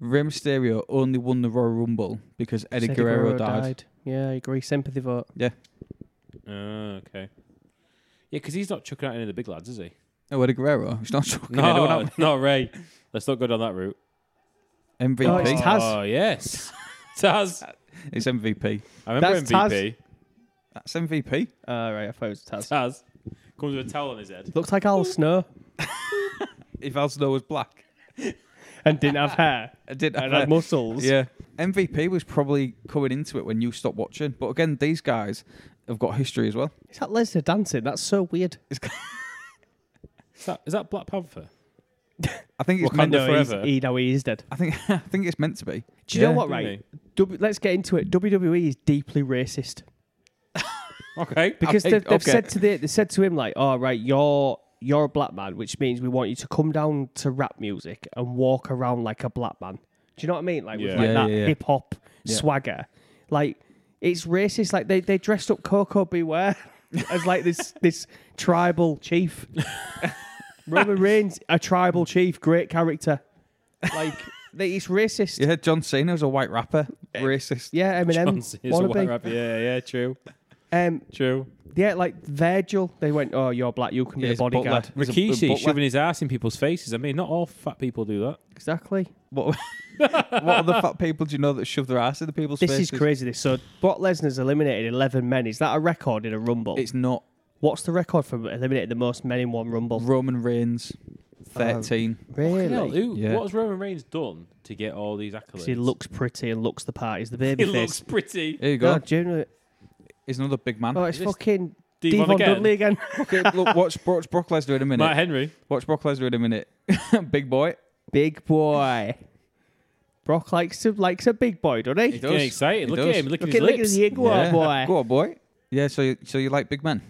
A: Rey Mysterio only won the Royal Rumble because Eddie,
B: Eddie
A: Guerrero, died.
B: Yeah, I agree. Sympathy vote.
C: Oh, okay. Yeah, because he's not chucking out any of the big lads, is he?
A: Oh, Eddie Guerrero. It's not shocking anyone
C: No,
A: out.
C: not Ray. Let's not go down that route.
A: MVP.
B: Oh, it's
A: it's,
B: Taz.
C: Oh yes, Taz.
A: MVP.
C: I remember
B: That's
C: MVP.
A: That's MVP.
B: Uh, right, I thought it was Taz.
C: Taz. comes with a towel on his head.
B: Looks like Al Snow
A: If Al Snow was black,
B: and didn't have hair
A: I did.
B: and had muscles.
A: Yeah. MVP was probably coming into it when you stopped watching. But again, these guys have got history as well.
B: Is that Lesnar dancing? That's so weird.
C: Is that, is that Black Panther?
A: I think it's
C: Wakanda
A: meant
B: No, he's,
C: forever.
B: he, no, he is dead.
A: I think I think it's meant to be.
B: Do you know
A: Yeah.
B: E what, right? W, let's get into it. WWE is deeply racist.
A: Okay.
B: because
A: I
B: they've,
A: think-
B: they've
A: okay.
B: said to the, they said to him like, "All right, you're you're a black man, which means we want you to come down to rap music and walk around like a black man." Do you know what I mean? Like
C: Yeah.
B: with like
A: Yeah,
B: that
A: yeah, yeah.
B: hip hop
A: Yeah.
B: swagger, like it's racist. Like they, they dressed up Coco Beware as like this this tribal chief. Roman Reigns, a tribal chief, great character. Like they, it's racist. Yeah,
A: Yeah, John Cena's a whiwhite rapper. Racist.
B: Eminem,
C: John Cena's a white
B: wannabe.
C: rapper. Yeah, yeah, true,
B: Um,
C: true.
B: yeah, like Virgil. They went, "Oh, you're black. You can be a
A: He's butler.
B: bodyguard."
A: He's a- a
C: Rikishi
A: butler.
C: shoving his ass in people's faces. I mean, not all fat people do that.
B: Exactly.
A: What, what other fat people do you know that shove their ass in the people's
B: This
A: faces?
B: is crazy. This so Brock Lesnar's eliminated eleven men. Is that a record in a rumble?
A: It's not
B: What's the record for eliminating the most men in one rumble?
A: Roman Reigns,
C: Oh.
A: thirteen.
B: Really?
C: Hell, who,
A: Yeah.
C: What has Roman Reigns done to get all these accolades?
B: 'Cause He looks pretty and looks the part. He's the baby
C: He
B: face.
C: looks pretty.
A: Here you go.
B: No, genuinely.
A: He's another big man.
B: Oh, it's
C: Is this
B: fucking
C: Devon
B: Devon
C: again?
B: Dudley again.
A: Okay, look, watch, watch Brock Lesnar in a minute.
C: Matt Henry.
A: Watch Brock Lesnar in a minute. big boy.
B: big boy. Brock likes to likes a big boy, doesn't he?
A: He
C: Getting excited.
A: He
C: Look
A: does.
C: at him. Look at
B: Look
C: his
B: at, look at
C: lips.
B: his ego,
A: Yeah.
B: boy.
A: Go on, boy. Yeah. So, you- so you like big men?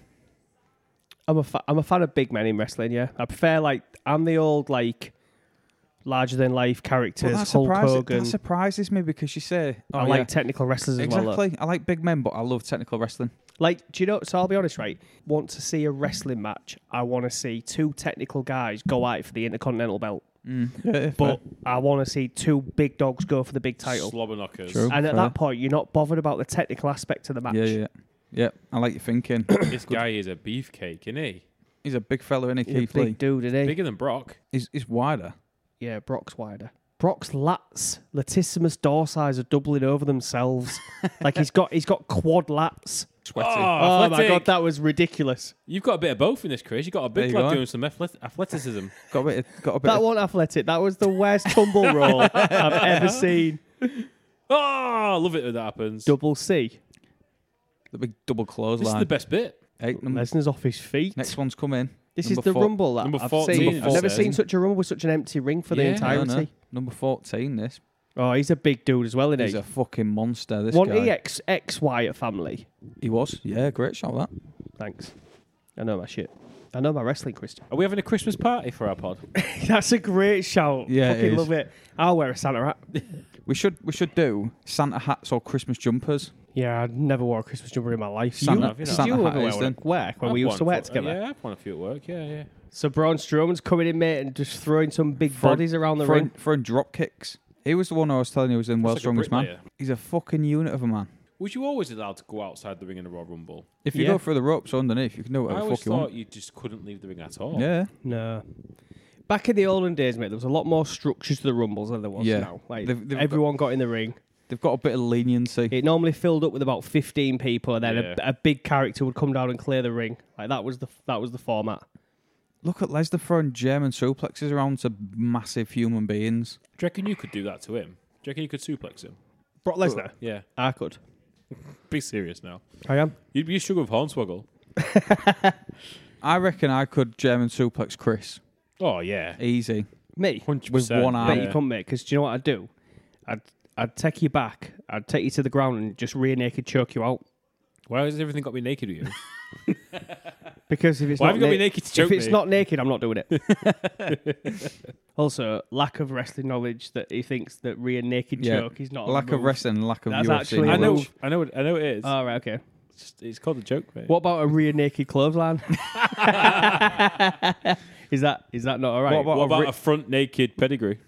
B: I'm a fa- I'm a fan of big men in wrestling. Yeah, I prefer like I'm the old like larger than life
A: Well,
B: characters.
A: that,
B: Hulk
A: surprises-
B: Hogan.
A: that surprises me because you say, "Oh,
B: I
A: yeah,
B: like technical wrestlers as well.
A: exactly. I like big men, but I love technical wrestling."
B: Like, do you know? So I'll be honest, right? Want to see a wrestling match? I want to see two technical guys go out for the Intercontinental Belt, but I want to see two big dogs go for the big title.
C: Slobber knockers.
A: True.
B: and at
A: fair.
B: that point, you're not bothered about the technical aspect of the match.
A: yeah, yeah, yeah. I like your thinking.
C: This guy is a beefcake, isn't he?
A: He's a big fella, isn't he,
B: He's a
A: Keith Lee?
B: big dude, isn't he?
C: Bigger than Brock.
A: He's, he's wider.
B: Yeah, Brock's wider. Brock's lats, latissimus dorsi, are doubling over themselves. like he's got he's got quad lats.
A: Sweaty.
B: Oh my
C: athletic.
B: god, that was ridiculous.
C: You've got a bit of both in this, Chris. You've got a
A: There
C: big
A: you
C: lad
A: go.
C: doing some athlet- athleticism.
A: Got a bit. Of, got a bit.
B: That
A: of-
B: wasn't athletic. That was the worst tumble roll I've ever seen.
C: oh, I love it when that happens.
B: Double C.
A: the big double
C: This is
A: clothesline.
C: the best bit.
A: Eight, number,
B: Lesnar's off his feet.
A: next one's coming.
B: this is
A: number
B: the
A: four-
B: rumble that
C: number
B: I've
C: 14,
B: seen.
A: it
B: I've never
C: says.
B: seen such a rumble with such an empty ring for the
C: Yeah.
A: No, no.
B: entirety.
A: Number fourteen. This.
B: Oh, he's a big dude as well, isn't
A: He's
B: he?
A: a fucking monster. This
B: One
A: guy.
B: E ex ex Wyatt family.
A: He was. Yeah, great shout that.
B: Thanks. I know my shit. I know my wrestling, Christian.
C: Are we having a Christmas party for our pod?
B: That's a great shout.
A: Yeah, it
B: Fucking
A: is.
B: love it. I'll wear a Santa hat.
A: We should we should do Santa hats or Christmas jumpers.
B: Yeah, I never wore a Christmas jumper in my life.
A: Santa-
B: you,
C: have you
B: did
A: Santa
B: you
A: hat
B: ever wear
A: is
B: one
A: then.
B: at work when
C: I've
B: we used to
C: won
B: work
C: for-
B: together?
C: Yeah, I've won a few at work. Yeah, yeah.
B: So Braun Strowman's coming in, mate, and just throwing some big
A: Throwing-
B: bodies around the
A: throwing,
B: ring.
A: throwing drop kicks. He was the one I was telling you was in World's
C: like a
A: Strongest Man.
C: bricklayer.
A: He's a fucking unit of a man.
C: Was you always allowed to go outside the ring in a Royal Rumble?
A: If you
B: Yeah.
A: go through the ropes or underneath, you can do
C: I
A: whatever the
C: always
A: fuck you
C: thought
A: want.
C: you just couldn't leave the ring at all.
A: Yeah,
B: No. Back in the olden days, mate, there was a lot more structure to the rumbles than there was
A: Yeah.
B: now. Like
A: They've- they've
B: everyone got in the ring.
A: they've got a bit of leniency.
B: It normally filled up with about fifteen people, and then
C: Yeah.
B: a, a big character would come down and clear the ring. Like that was the that was the format.
A: Look at Lesnar throwing German suplexes around to massive human beings.
C: Do you reckon you could do that to him? Do you reckon you could suplex him?
B: Brock Lesnar,
C: Yeah.
B: I could.
C: Be serious now.
B: I am.
C: You'd be a sugar with Hornswoggle.
A: I reckon I could German suplex Chris
C: Oh, yeah.
A: easy.
B: Me.
C: 100%.
A: With one arm.
B: bet
A: Yeah.
B: you couldn't, mate. Because do you know what I'd do? I'd I'd take you back. I'd take you to the ground and just rear naked choke you out.
C: Why has everything got to be naked with you?
B: Because if it's
C: Why
B: not
C: have you got to be
B: na-
C: naked to choke
B: if it's
C: me?
B: not naked, I'm not doing it. also, lack of wrestling knowledge that he thinks that rear naked
A: Yeah.
B: choke is not a
A: Lack of
B: Oh, move.
A: wrestling, lack of
B: That's
A: UFC.
B: actually-
C: I
A: knowledge.
C: know,
B: Move.
C: I know, I know it is.
B: Oh, right, okay.
C: it's, just- it's called a joke, mate.
B: What about a rear naked clothesline? is that is that not all right?
A: What about-
C: What about
A: ri-
C: a front naked pedigree?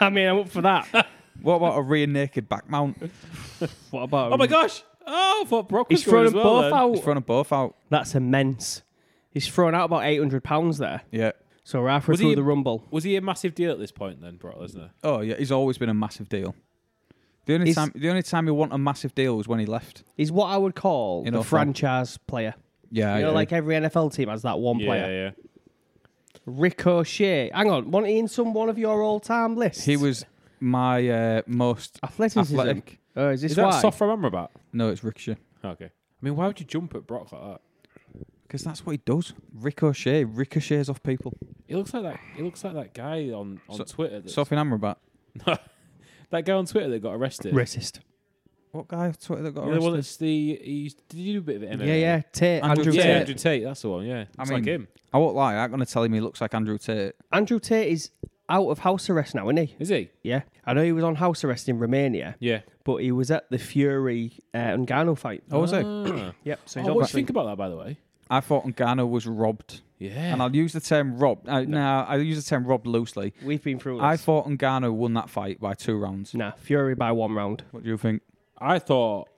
B: I mean, I'm up for that.
A: What about a rear naked back mount?
B: What about?
C: Oh
B: a-
C: my gosh! Oh, I thought Brock was
B: He's thrown
C: going
B: them
C: as well.
B: both
C: then.
B: out.
A: He's throwing them both out.
B: That's immense. He's thrown out about 800 pounds there.
A: Yeah.
B: So we're halfway
C: Was
B: through
C: he-
B: the rumble.
C: Was he a massive deal at this point then, Brock Lesnar?
A: Oh yeah, he's always been a massive deal. The only
B: He's-
A: time the only time he won a massive deal was when he left.
B: He's what I would call
A: In
B: the
A: our form.
B: franchise player.
A: Yeah,
B: You know, like every NFL team has that one
C: Yeah,
B: player.
C: yeah.
B: Ricochet. Hang on, wasn't he in some one of your all-time lists?
A: he was my uh, most
B: athleticism.
A: athletic.
B: Oh, is this
C: Is
B: why?
C: that soft remember about?
A: No, it's Ricochet
C: Okay. I mean, why would you jump at Brock like that?
A: because that's what he does. Ricochet ricochets off people.
C: It looks like that. It looks like that guy on on
A: So-
C: Twitter. That's,
A: Sophie Amrabat.
C: that guy on Twitter that got arrested.
B: Racist.
A: What guy off Twitter that got
C: The one
A: arrested?
C: that's the he used, did you do a bit of it? MMA?
B: Yeah, yeah. Tate, Andrew,
A: Andrew
C: yeah,
B: Tate.
C: Andrew Tate. That's the one. Yeah,
A: I
C: it's like
A: mean-
C: him.
A: I won't lie. That gonna tell him he looks like Andrew Tate.
B: Andrew Tate is out of house arrest now, isn't he?
C: Is he?
B: Yeah. I know he was on house arrest in Romania,
C: Yeah.
B: but he was at the Fury uh, and Gano fight.
A: Oh, was he?
C: Ah.
B: Yep. So he's
C: Oh, what do you
B: obviously-
C: think about that, by the way?
A: I thought Ngannou was robbed,
C: Yeah.
A: and I'll use the term robbed. Uh, Now I use the term robbed loosely.
B: We've been through this.
A: I thought Ngannou won that fight by two rounds.
B: nah, Fury by one round.
A: What do you think?
C: I thought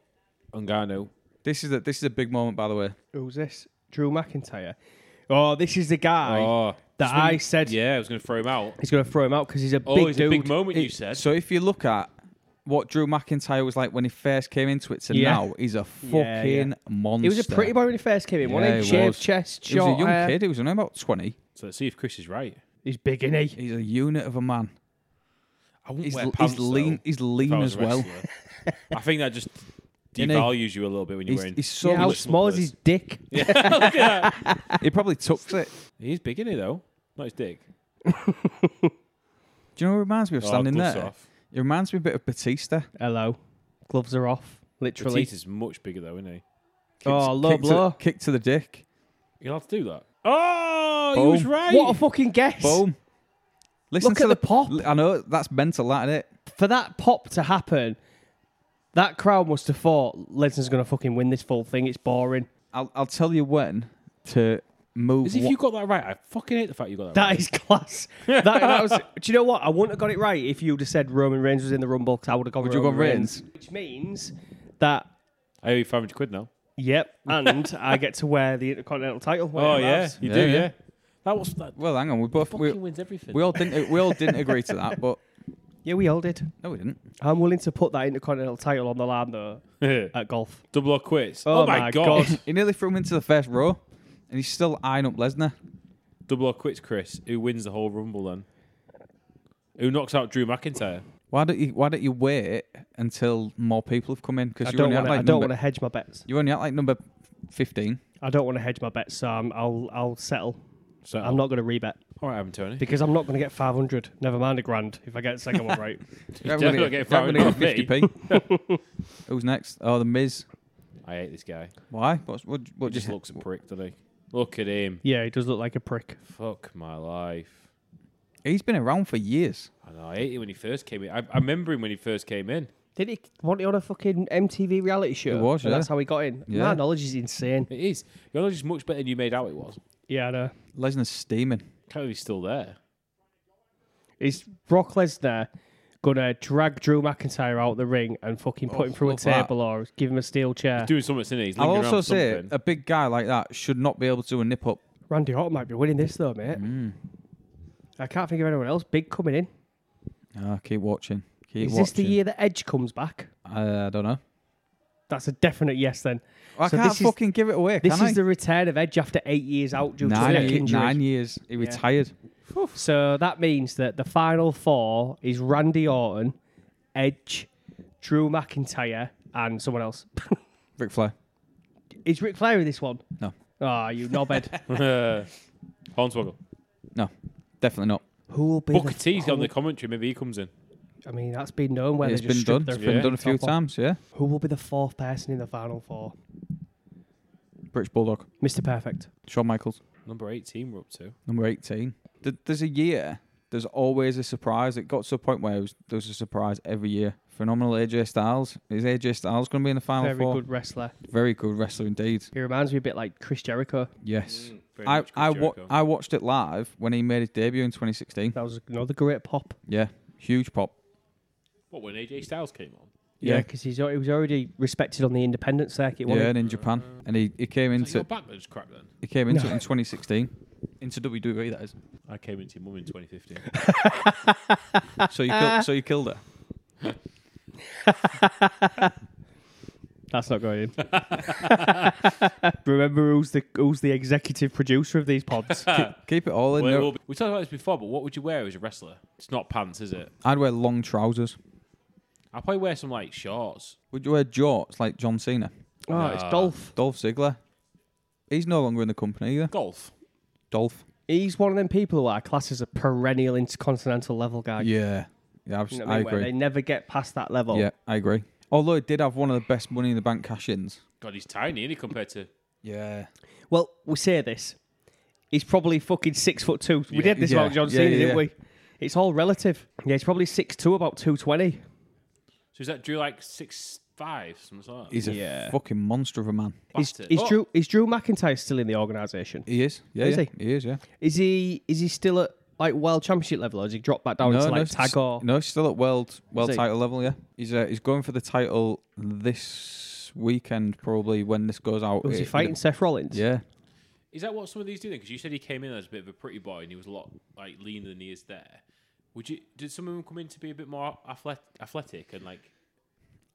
C: Ungano.
A: This is a, this is a big moment, by the way.
B: Who's this? Drew McIntyre. Oh, this is the guy
C: Oh,
B: that I said
C: yeah, I was going to throw him out.
B: he's going to throw him out because he's a
C: Oh,
B: big
C: it's
B: dude.
C: a big moment you
A: It-
C: said.
A: So if you look at what Drew McIntyre was like when he first came into it to
B: Yeah.
A: now, he's a fucking
B: Yeah, yeah.
A: monster.
B: He was a pretty uh, boy when he first came in.
A: Yeah,
B: one
A: he
B: he shaved
A: was.
B: chest,
A: He was
B: short
A: a young
B: hair.
A: kid. He was only about twenty.
C: So let's see if Chris is right.
B: He's big, isn't he?
A: He's a unit of a man.
C: I wouldn't
A: He's,
C: wear
A: l-
C: pants.
A: he's lean.
C: though,
A: He's
C: if
A: lean
C: I
A: as
C: was a
A: well.
C: wrestler. I think that just
A: Isn't he?
C: devalues you a little bit when you're
A: He's,
C: wearing.
A: he's so
B: yeah, how
C: much
B: small is his
C: smaller.
B: dick?
A: he probably tucks it.
C: He's big, isn't he? Though, not his dick.
A: Do you know what it reminds me of
C: Oh,
A: standing
C: gloves
A: there?
C: off.
A: It reminds me a bit of Batista.
B: Hello. Gloves are off, literally.
C: Batista's much bigger though, isn't he?
B: oh, low
A: kick
B: blow.
A: To, kick to the dick.
C: You allowed to do that? Oh, he
A: Boom.
C: was right.
B: What a fucking guess.
A: Boom. Listen
B: Look
A: to
B: at the pop.
A: I know that's mental, that isn't it?
B: For that pop to happen, that crowd must have thought Lesnar's going to fucking win this full thing. It's boring.
A: I'll I'll tell you when to move.
C: As if
A: one-
C: you got that right. I fucking hate the fact you got that. right.
B: That is class. that, that was, do you know what? I wouldn't have got it right if you'd have said Roman Reigns was in the Rumble because I would have gone
A: Would you
B: Roman
A: have gone Reigns?
B: Which means that,
C: I owe you Oh, five hundred quid now.
B: yep, and I get to wear the Intercontinental title.
C: Oh
B: whatever
C: yeah,
B: else.
C: you
A: Yeah,
C: do.
A: yeah.
C: Yeah. That was that.
A: well, hang on. We both we,
C: fucking wins everything.
A: we all didn't we all didn't agree to that, but
B: Yeah, we all did.
A: no, we didn't.
B: I'm willing to put that Intercontinental title on the line, though, at golf.
C: Double or quits.
B: Oh
C: Oh,
B: my
C: my
B: God.
C: god.
A: He nearly threw him into the first row, and he's still eyeing up Lesnar.
C: Double or quits, Chris. Who wins the whole rumble then? Who knocks out Drew McIntyre?
A: Why don't you Why don't you wait until more people have come in? Because
B: I
A: you
B: don't
A: only
B: want
A: act
B: to.
A: like
B: I don't want
A: number,
B: to hedge my bets.
A: you only act like number fifteen.
B: I don't want to hedge my bets, so I'm, I'll I'll settle.
C: So
B: I'm not going to rebet
C: All right, Ivan Tony.
B: because I'm not going to get 500. Never mind a grand if I get the second one right.
A: You're gonna
C: definitely not
A: you're
C: getting
A: gonna get
C: fired
A: 50p. Who's next? Oh, the Miz.
C: I hate this guy.
A: Why? What's what?
C: He
A: What
C: just
A: just
C: looks a prick, doesn't he? Look at him.
B: Yeah, he does look like a prick.
C: Fuck my life.
A: He's been around for years.
C: I know. I hate it when he first came in. I, I remember him when he first came in.
B: Did he want it on a fucking MTV reality show?
A: It was,
B: And
A: yeah.
B: That's how he got in.
A: Yeah.
B: My knowledge is insane.
C: It is. Your knowledge is much better than you made out it was.
B: Yeah, I know.
A: Lesnar's steaming.
C: Can't believe he's still there.
B: Is Brock Lesnar going to drag Drew McIntyre out the ring and fucking put
A: Oh,
B: him through a
A: love that.
B: table or give him a steel chair?
C: Doing something, isn't he? He's
A: I'll
C: lingering
A: also
C: around
A: say
C: something.
A: a big guy like that should not be able to do a nip up.
B: Randy Orton might be winning this, though, mate.
A: Hmm.
B: I can't think of anyone else big coming in.
A: Ah, keep watching. Keep
B: is
A: watching. Uh,
B: this the year that Edge comes back?
A: I, I don't know.
B: That's a definite yes, then.
A: I
B: So
A: can't
B: this is-
A: fucking give it away.
B: This
A: can
B: is
A: I?
B: the return of Edge after eight years out due to neck
A: nine, ye-
B: injuries.
A: nine years. He retired.
B: So that means that the final four is Randy Orton, Edge, Drew McIntyre, and someone else.
A: Ric Flair.
B: is Ric Flair in this one?
A: No.
B: Ah, you knobhead.
A: uh,
C: Hornswoggle.
A: No, definitely not.
B: Who will be?
C: Booker
B: the-
C: T's on the commentary. Maybe he comes in.
B: I mean, that's been known where
A: It's
B: they
A: been
B: just
A: done.
B: strip
A: It's
B: their
A: been
C: Yeah.
A: done a few
B: top off.
A: times. Yeah.
B: Who will be the fourth person in the final four?
A: British Bulldog.
B: Mr. Perfect.
A: Shawn Michaels.
C: Number 18 we're up to.
A: Number 18. Th- There's a year, there's always a surprise. It got to a point where it was, there was a surprise every year. Phenomenal AJ Styles. Is AJ Styles going to be in the final
B: Very
A: four?
B: good wrestler.
A: Very good wrestler indeed.
B: He reminds me a bit like Chris Jericho.
A: Yes.
C: Mm, Very
A: I
C: much Chris
A: I, wa-
C: Jericho.
A: I watched it live when he made his debut in 2016.
B: That was another great pop.
A: Yeah. Huge pop.
C: What, when AJ Styles came on?
A: Yeah.
B: Yeah, because he's al- he was already respected on the independent circuit.
A: Yeah,
B: wasn't he?
A: and in Japan. And he, he came
C: Is that your
A: into
C: back that just cracked then?
A: he came into it in 2016. Into WWE that is.
C: I came into your mum in 2015.
A: So you killed so you killed her.
B: That's not going in. Remember who's the who's the executive producer of these pods?
A: Keep it all in
C: Well, it
A: there.
C: will be- we talked about this before, but what would you wear as a wrestler? It's not pants, is it?
A: I'd wear long trousers.
C: I'll probably wear some like shorts.
A: Would you wear jorts like John Cena?
B: oh, it's
C: Nah.
B: Dolph.
A: Dolph Ziggler. He's no longer in the company either.
C: Golf.
A: Dolph.
B: He's one of them people who I class as a perennial intercontinental level guy.
A: Yeah. Yeah, I've,
B: You know what
A: I
B: mean? Where
A: agree.
B: they never get past that level.
A: Yeah, I agree. Although it did have one of the best Money in the Bank cash-ins.
C: God, he's tiny, isn't he, compared to.
A: Yeah.
B: Well, we say this. He's probably fucking six foot two. We did this
A: Yeah.
B: about John
A: Yeah,
B: Cena,
A: yeah,
B: didn't
A: yeah.
B: we? It's all relative. Yeah, he's probably six two, about two twenty.
C: So is that Drew like six five, something like that?
A: He's a
B: Yeah.
A: fucking monster of a man.
B: Is,
C: Bastard.
B: is
C: Oh.
B: Drew is Drew McIntyre still in the organisation?
A: He is. Yeah,
B: Is
A: yeah. he? is, yeah.
B: Is he is he still at like world championship level, or has he dropped back down
A: no,
B: Oh, into
A: no,
B: like
A: s-
B: tag or?
A: no, he's still at world world
B: he?
A: title level, yeah. He's uh, he's going for the title this weekend probably when this goes out.
B: Was he
A: It-
B: fighting Seth Rollins?
A: Yeah.
C: Is that what some of these do? Because you said he came in as a bit of a pretty boy and he was a lot like leaner than he is there. Would you? Did some of them come in to be a bit more athlet, athletic and like?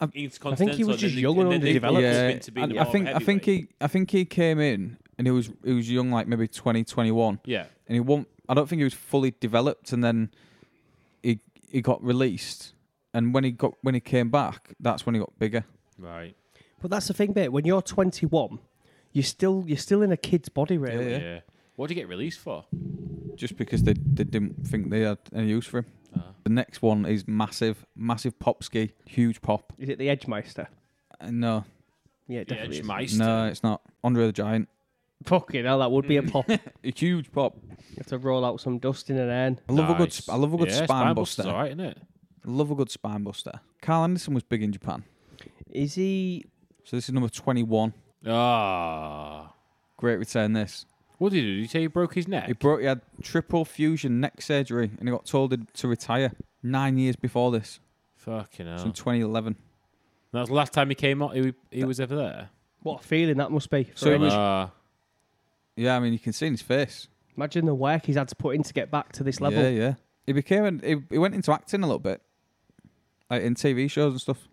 A: Um,
C: intercontinental
B: I think he was
C: and
B: just
C: then
B: young
C: they-
B: and
C: then they
B: underdeveloped.
C: developed
A: Yeah,
C: him into being
A: and
C: a
A: I
C: more
A: think I think
C: heavyweight.
A: he I think he came in and he was he was young like maybe 20 21
C: Yeah,
A: and he won't I don't think he was fully developed and then he he got released and when he got when he came back that's when he got bigger.
C: right.
B: But that's the thing, mate. When you're 21, you're still you're still in a kid's body, really.
A: Yeah.
C: Yeah. What did he get released for?
A: just because they, they didn't think they had any use for him.
C: Ah.
A: The next one is massive, massive pop ski, huge pop.
B: Is it the Edgemeister?
A: Uh, no,
B: Yeah, it
C: Yeah,
B: definitely. is.
C: Edgemeister.
A: no, it's not. Andre the Giant,
B: Fucking hell, that would be a pop. You
A: a huge pop.
B: have to roll out some dust in an end.
A: I love a good, sp- I love a good
C: yeah,
A: spine,
C: buster's
A: buster.
C: all right, isn't it?
A: I love a good spine buster. Carl Anderson was big in Japan,
B: Is he?
A: so this is number twenty-one.
C: Ah,
A: Great return. This
C: what did he do? Did he say he broke his neck?
A: he broke. He had triple fusion neck surgery, and he got told he'd- to retire nine years before this,
C: Fucking hell!
A: so in twenty eleven.
C: That was the last time he came out. He, he was ever there.
B: What a feeling that must be.
A: So
B: So
A: he was-
C: Ah,
A: Yeah, I mean you can see in his face.
B: imagine the work he's had to put in to get back to this level.
A: Yeah, yeah. He became an, he, he went into acting a little bit, like in TV shows and stuff.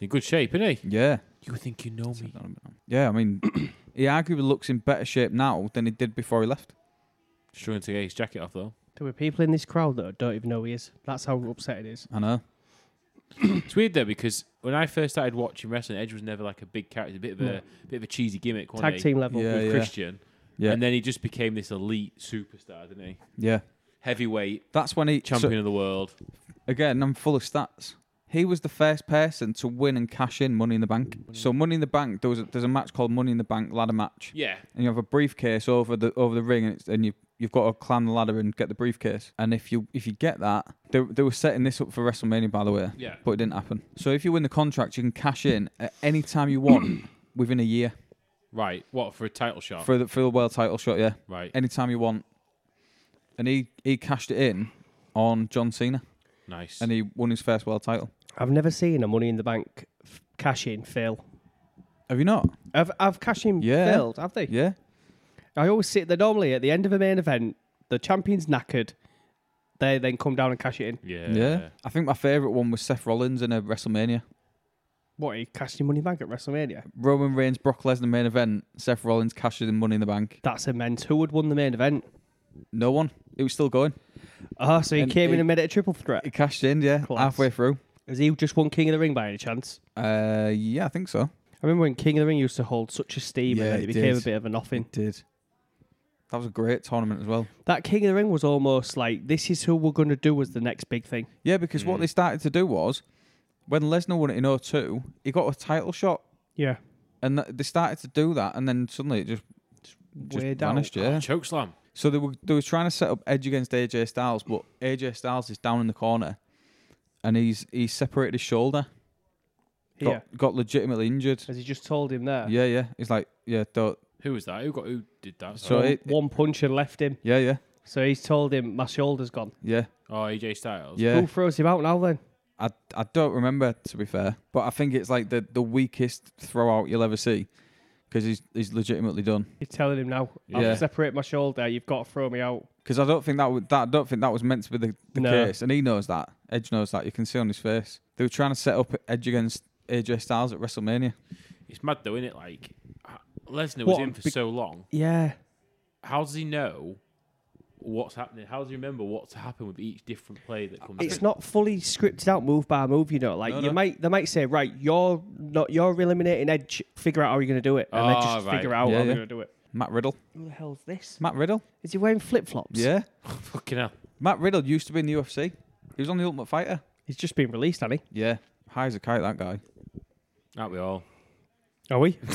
C: he's in good shape, isn't he?
A: Yeah,
C: You think you know me?
A: yeah. I mean, he arguably looks in better shape now than he did before he left.
C: Struggling to get his jacket off though.
B: There were people in this crowd that don't even know who he is. That's how upset it is.
A: I know.
C: It's weird though because when I first started watching wrestling, Edge was never like a big character, a bit of a bit of a cheesy gimmick. wasn't
B: Tag
C: he?
B: team level.
A: Mm. Yeah.
C: with Christian,
A: Yeah,
C: and then he just became this elite superstar, didn't he?
A: yeah.
C: Heavyweight
A: That's when he so,
C: champion of the world.
A: again, I'm full of stats. He was the first person to win and cash in Money in the Bank. So Money in the Bank, there was a, there's a match called Money in the Bank ladder match,
C: Yeah,
A: and you have a briefcase over the over the ring, and, it's, and you you've got to climb the ladder and get the briefcase. And if you if you get that, they they were setting this up for WrestleMania, by the way.
C: yeah.
A: but it didn't happen. So if you win the contract, you can cash in at any time you want within a year
C: Right. What for a title shot?
A: for the for the world title shot. Yeah,
C: right.
A: any time you want. And he he cashed it in on John Cena,
C: Nice.
A: and he won his first world title.
B: I've never seen a Money in the Bank f- cash in fail.
A: Have you not?
B: I've, I've cash in
A: Yeah.
B: failed, have they?
A: Yeah,
B: I always sit there normally at the end of a main event, the champion's knackered. They then come down and cash it in.
C: yeah.
A: yeah. I think my favorite one was Seth Rollins in a WrestleMania.
B: What, he cashed in Money in the Bank at WrestleMania?
A: Roman Reigns, Brock Lesnar main event. Seth Rollins cashes in Money in the Bank.
B: That's immense. Who had won the main event?
A: No one. It was still going.
B: Ah, so he
A: And
B: came in
A: he-
B: and made it a triple threat.
A: It cashed in. Yeah,
B: Class.
A: halfway through.
B: Has he just won King of the Ring by any chance?
A: Uh, yeah, I think so.
B: I remember when King of the Ring used to hold such a steam
A: Yeah,
B: and then it
A: it
B: became
A: did.
B: a bit of a nothing.
A: It did. That was a great tournament as well.
B: That King of the Ring was almost like this is who we're going to do as the next big thing.
A: Yeah, because
B: Hmm.
A: what they started to do was when Lesnar won it in 02, he got a title shot,
B: Yeah.
A: and th- they started to do that, and then suddenly it just, just
B: Weird
A: vanished. Yeah.
C: Choke slam.
A: So they were they were trying to set up Edge against AJ Styles, but AJ Styles is down in the corner, and he's he's separated his shoulder. Got,
B: Yeah.
A: got legitimately injured.
B: As he just told him there.
A: Yeah, yeah. He's like, yeah, don't.
C: Who was that? Who got? Who did that?
A: So
C: Sorry.
A: it,
B: One punch and left him.
A: yeah, yeah,
B: So he's told him, my shoulder's gone.
A: yeah,
C: oh, AJ Styles.
A: yeah.
B: Who throws him out now then?
A: I, I don't remember to be fair, but I think it's like the, the weakest throwout you'll ever see because he's he's legitimately done.
B: He's telling him now, I'll
A: Yeah.
B: separate my shoulder. You've got to throw me out.
A: because I don't think that would, that I don't think that was meant to be the, the
B: No.
A: case, and he knows that. Edge knows that. You can see on his face they were trying to set up Edge against AJ Styles at WrestleMania.
C: It's mad though, isn't it? Like h- Lesnar was
B: What,
C: in for
B: be-
C: so long.
B: Yeah.
C: How does he know what's happening? How does he remember what's happened with each different play that comes?
B: It's
C: in?
B: not fully scripted out move by move, you know. Like
A: No,
B: you
A: no.
B: might they might say, right, you're not you're eliminating Edge, figure out how you're gonna do it. And they
C: Ah,
B: just
C: right.
B: figure out
A: Yeah,
B: how
A: yeah.
B: they're gonna do it.
A: Matt Riddle,
B: Who the hell's this?
A: Matt Riddle,
B: Is he wearing flip flops?
A: yeah,
C: fucking hell.
A: Matt Riddle used to be in the UFC. He was on the Ultimate Fighter.
B: He's just been released, hasn't he?
A: Yeah, high as a kite that guy.
C: Aren't we all?
B: Are we?
A: speak,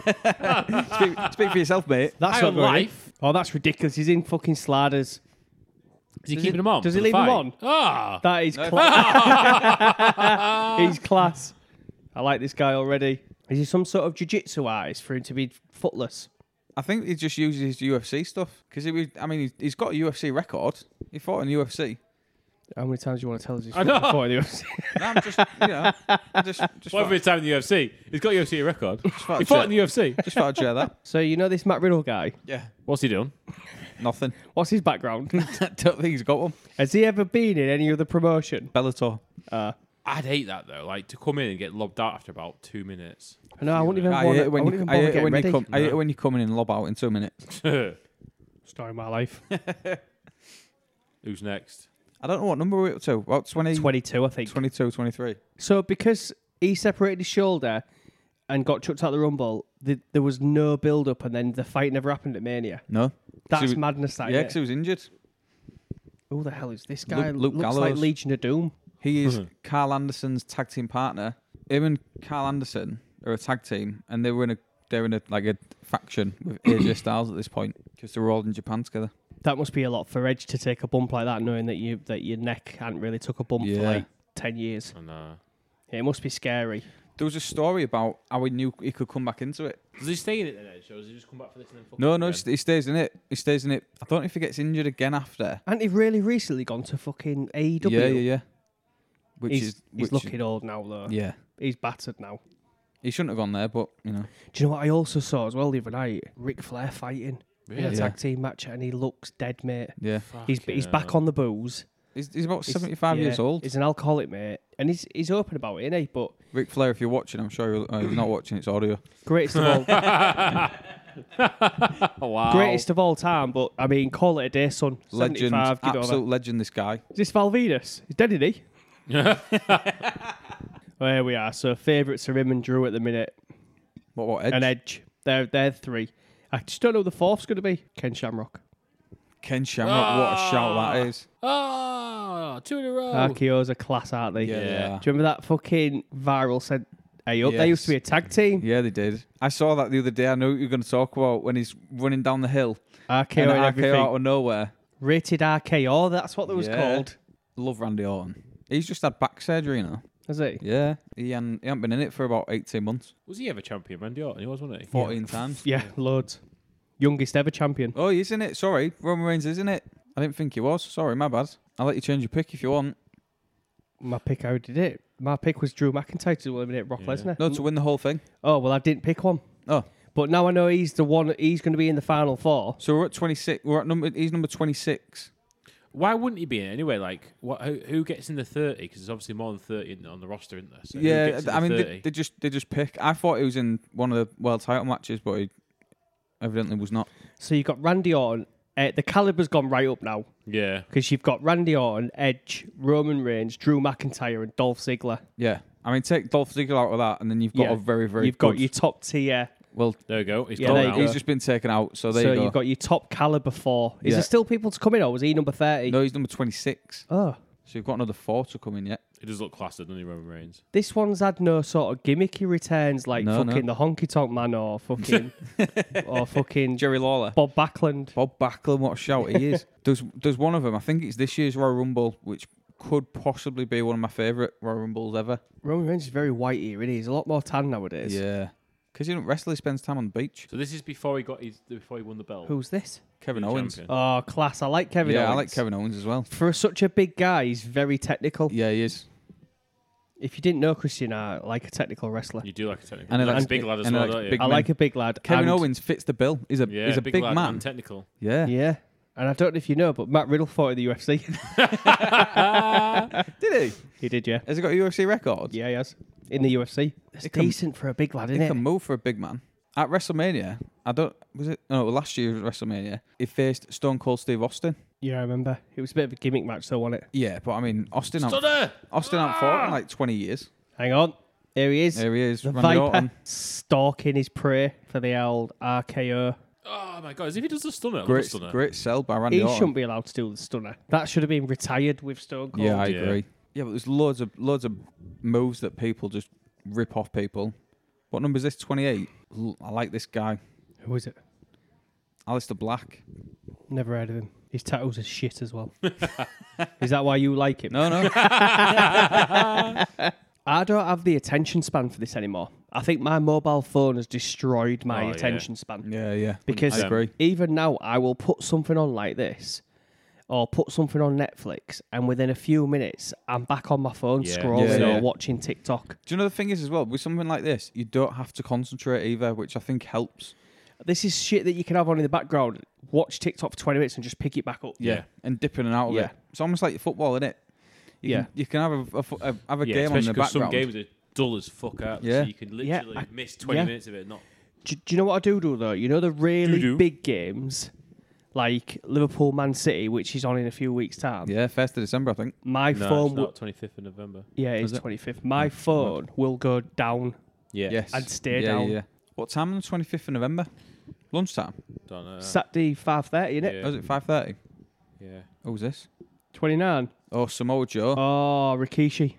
A: speak for yourself, mate.
B: That's not
C: Hang on,
B: going in.
C: life.
B: Oh, that's ridiculous. He's in fucking sliders.
C: Is he
B: Does he-
C: keeping them on?
B: does he
C: for the
B: leave 'em
C: fight?
B: on?
C: Ah,
B: That is class. He's class. I like this guy already. Is he some sort of jiu-jitsu artist for him to be footless?
A: I think he just uses his UFC stuff because he was. I mean, he's- he's got a UFC record. He fought in UFC.
B: How many times do you want to tell us this?
C: I know.
A: No, I'm just, you know, I just just
C: Well,
A: thought,
C: every time in the UFC, he's got UFC record.
A: thought
C: he
A: I'd
C: fought
A: check.
C: in the UFC.
A: just thought I'd share that.
B: so you know this Matt Riddle guy?
A: Yeah,
C: What's he done?
A: nothing.
B: What's his background?
A: Don't think he's got one.
B: Has he ever been in any other promotion? Uh,
A: Bellator.
C: I'd hate that though. Like to come in and get lobbed out after about two minutes.
B: No, I wouldn't even.
A: I
B: want
A: hate it when you, I hate it when you come. I hate it
C: No.
A: when you come in and lob out in two minutes.
C: Who's
B: Story of my life.
C: next?
A: I don't know what number we're up to. What 20,
B: 22, I think.
A: 22, 23?
B: So because he separated his shoulder and got chucked out the rumble, th there was no build up, and then the fight never happened at Mania.
A: No.
B: That's
A: So he-
B: madness. That
A: Ah, Yeah,
B: yeah,
A: because he was injured.
B: Who the hell is this guy?
A: Luke
B: Looks like
A: Gallows.
B: Legion of Doom.
A: He is
C: Mhm.
A: Carl Anderson's tag team partner. Him and Carl Anderson are a tag team, and they were in a they're in a like a faction with AJ Styles at this point because they were all in Japan together.
B: That must be a lot for Edge to take a bump like that, knowing that you that your neck hadn't really took a bump for
A: Yeah.
B: like ten years.
C: And uh,
B: It must be scary.
A: There was a story about how he knew he could come back into it.
C: does he stay in it then, Edge, or does he just come back for this and then? fuck
A: No,
C: off
A: no,
C: again?
A: he stays in it. He stays in it. I don't know if he gets injured again after.
B: And he really recently gone to fucking AEW.
A: Yeah, yeah, yeah. Which
B: E he's,
A: is
B: he's
A: which,
B: looking old now though.
A: Yeah,
B: He's battered now.
A: he shouldn't have gone there, but you know,
B: Do you know what I also saw as well the other night? Ric Flair fighting in a
C: Really?
B: tag team match, and he looks dead, mate.
A: yeah.
B: He's
C: Fucking
B: he's back
C: hell.
B: on the booze.
A: He's, he's about
B: He's-
A: seventy five
B: yeah,
A: years old.
B: He's an alcoholic, mate, and he's he's open about it, innit? But
A: Ric Flair, if you're watching, I'm sure you're, uh, you're not watching. It's audio.
B: greatest of all,
C: wow.
B: greatest of all time. But I mean, call it a day, son.
A: Legend,
B: 75, get over.
A: absolute legend. This guy.
B: Is this Valvidas? He's dead, is he? there we are. So favourites are him and Drew at the minute,
A: What? What? Edge?
B: and Edge. They're they're three. I just don't know who the fourth's going to be. Ken Shamrock.
A: Ken Shamrock. What a shout that is.
C: Oh, two in a row.
B: RKO's a class, aren't they?
A: Yeah,
B: Do
A: they
C: Yeah.
A: are.
B: you remember that fucking viral sent? Hey up, they used to be a tag team.
A: Yeah, they did. I saw that the other day. I know what you're going to talk about when he's running down the hill
B: RKO
A: and
B: and
A: RKO
B: everything.
A: out of nowhere.
B: Rated RKO. That's what that was
A: Yeah.
B: called.
A: Love Randy Orton. He's just had back surgery, you know.
B: Is it?
A: Yeah, he and he ain't been in it for about eighteen months,
C: Was he ever champion, Randy Orton? He was, wasn't he?
A: fourteen times.
B: Yeah, loads. Youngest ever champion.
A: Oh, he's in it. Sorry, Roman Reigns is in it. I didn't think he was. Sorry, my bad. I'll let you change your pick if you want.
B: My pick, I did it. My pick was Drew McIntyre to eliminate Brock
C: Yeah.
B: Lesnar.
A: No, to win the whole thing.
B: oh well, I didn't pick one.
A: Oh,
B: But now I know he's the one. He's going to be in the final four.
A: so we're at twenty six. We're at number. He's number twenty six.
C: Why wouldn't he be in it anyway? Like, what, who, who gets in the 30? Because there's obviously more than 30 in, on the roster, isn't there? So who
A: yeah,
C: gets in
A: I
C: the
A: mean,
C: 30?
A: they, they just they just pick. I thought he was in one of the world title matches, but he evidently was not.
B: So you've got Randy Orton. Uh, the caliber's gone right up now
C: yeah.
B: because you've got Randy Orton, Edge, Roman Reigns, Drew McIntyre, and Dolph Ziggler.
A: Yeah, I mean, take Dolph Ziggler out of that, and then you've got
B: Yeah.
A: a very very.
B: you've
A: good,
B: got your top tier.
A: well.
C: There we go. He's
B: Yeah,
C: gone
B: there you
C: now.
B: go.
A: He's just been taken out, so there
B: so
A: you go.
B: have got your top caliber four. Is
A: Yeah.
B: there still people to come in, or was he number thirty?
A: no, he's number twenty six.
B: Oh,
A: So you've got another four to come in yet.
C: It does look classed, doesn't he, Roman Reigns?
B: this one's had no sort of gimmicky returns like
A: No,
B: fucking
A: no.
B: the Honky Tonk Man or fucking or fucking
A: Jerry Lawler.
B: Bob Backlund.
A: Bob Backlund, what a shout he is. There's there's one of them. I think it's this year's Royal Rumble, which could possibly be one of my favourite Royal Rumbles ever.
B: Roman Reigns is very white here. Really, he's a lot more tan nowadays.
A: Yeah. Because you don't wrestle, he spends time on the beach.
C: So this is before he got his, before he won the belt.
B: Who's this?
A: Kevin
C: He's
A: Owens.
C: champion.
B: Oh, class! I like Kevin.
A: yeah, I
B: Owens.
A: like Kevin Owens as well.
B: For such a big guy, he's very technical.
A: Yeah, he is.
B: If you didn't know Christian, I like a technical wrestler.
C: You do like a technical.
A: Oh. And he
C: like
A: likes-
C: big lad as
A: and he
C: well,
A: likes
C: don't you?
A: big-
B: I like a big lad.
A: Kevin
B: and-
A: Owens fits the bill. He's a
C: yeah,
A: he's a big,
C: lad
A: man.
C: And technical.
A: yeah.
B: Yeah, and I don't know if you know, but Matt Riddle fought in the UFC.
A: Did he?
B: he did, yeah.
A: Has he got a UFC record?
B: Yeah, he has in the UFC. It's
A: It can-
B: decent for a big lad,
A: He
B: isn't it?
A: can move for a big man. At WrestleMania, I don't was it no last year at WrestleMania, he faced Stone Cold Steve Austin.
B: Yeah, I remember. It was a bit of a gimmick match, though, wasn't it?
A: Yeah, but I mean Austin had,
C: Stunner!
A: Austin had fought
C: Ah!
A: in like twenty years.
B: Hang on, here he is.
A: There he is,
B: The
A: Randy
B: Viper
A: Orton.
B: stalking his prey for the old RKO.
C: Oh, my God. As if he does a stunner. I love a
A: Great,
C: stunner.
A: great sell by Randy
B: He
A: Orton.
B: shouldn't be allowed to do the stunner. That should have been retired with Stone Cold.
A: Yeah, I
C: Yeah.
A: agree. Yeah, but there's loads of loads of moves that people just rip off people. What number is this? 28. L- I like this guy.
B: Who is it?
A: Alistair Black.
B: Never heard of him. His tattoos are shit as well. is that why you like him?
A: No, no.
B: I don't have the attention span for this anymore. I think my mobile phone has destroyed my
C: Oh, yeah.
B: attention span.
A: yeah, yeah.
B: Because-
A: I agree.
B: Even now, I will put something on like this or put something on Netflix, and within a few minutes, I'm back on my phone
C: Yeah.
B: scrolling
A: Yeah,
B: or
A: yeah.
B: watching TikTok.
A: Do you know the thing is as well with something like this, you don't have to concentrate either, which I think helps.
B: This is shit that you can have on in the background. Watch TikTok for 20 minutes and just pick it back up.
C: Yeah.
A: and dipping in and out of
B: Yeah.
A: it. It's almost like football, isn't it? You
B: Yeah.
A: can, you can have a, a fo- a- have a
C: yeah,
A: game on in
C: especially
A: the
C: 'cause
A: background.
C: some games are dull as fuck out.
A: Yeah.
C: So you can
B: Yeah,
C: literally
B: I-
C: miss 20
B: yeah.
C: minutes of it. Not
B: Do, do you know what I do do though? You know the really
C: Do-do.
B: big games like Liverpool Man City, which is on in a few weeks' time.
A: Yeah, first of December, I think.
B: My
C: no,
B: phone,
C: it's
B: will,
C: not 25th of November.
B: yeah, it's
A: Is it?
B: twenty fifth. My phone will go down.
C: Yeah.
A: Yes,
B: I'd stay
A: yeah,
B: down.
A: Yeah, yeah. What time on the twenty fifth of November? Lunchtime.
C: Don't
A: Ah.
C: know.
B: Saturday five thirty, innit?
C: Yeah.
A: Oh, is it five thirty?
C: yeah.
A: Oh, is this?
B: Twenty nine.
A: Oh, Samoa Joe.
B: Oh, Rikishi.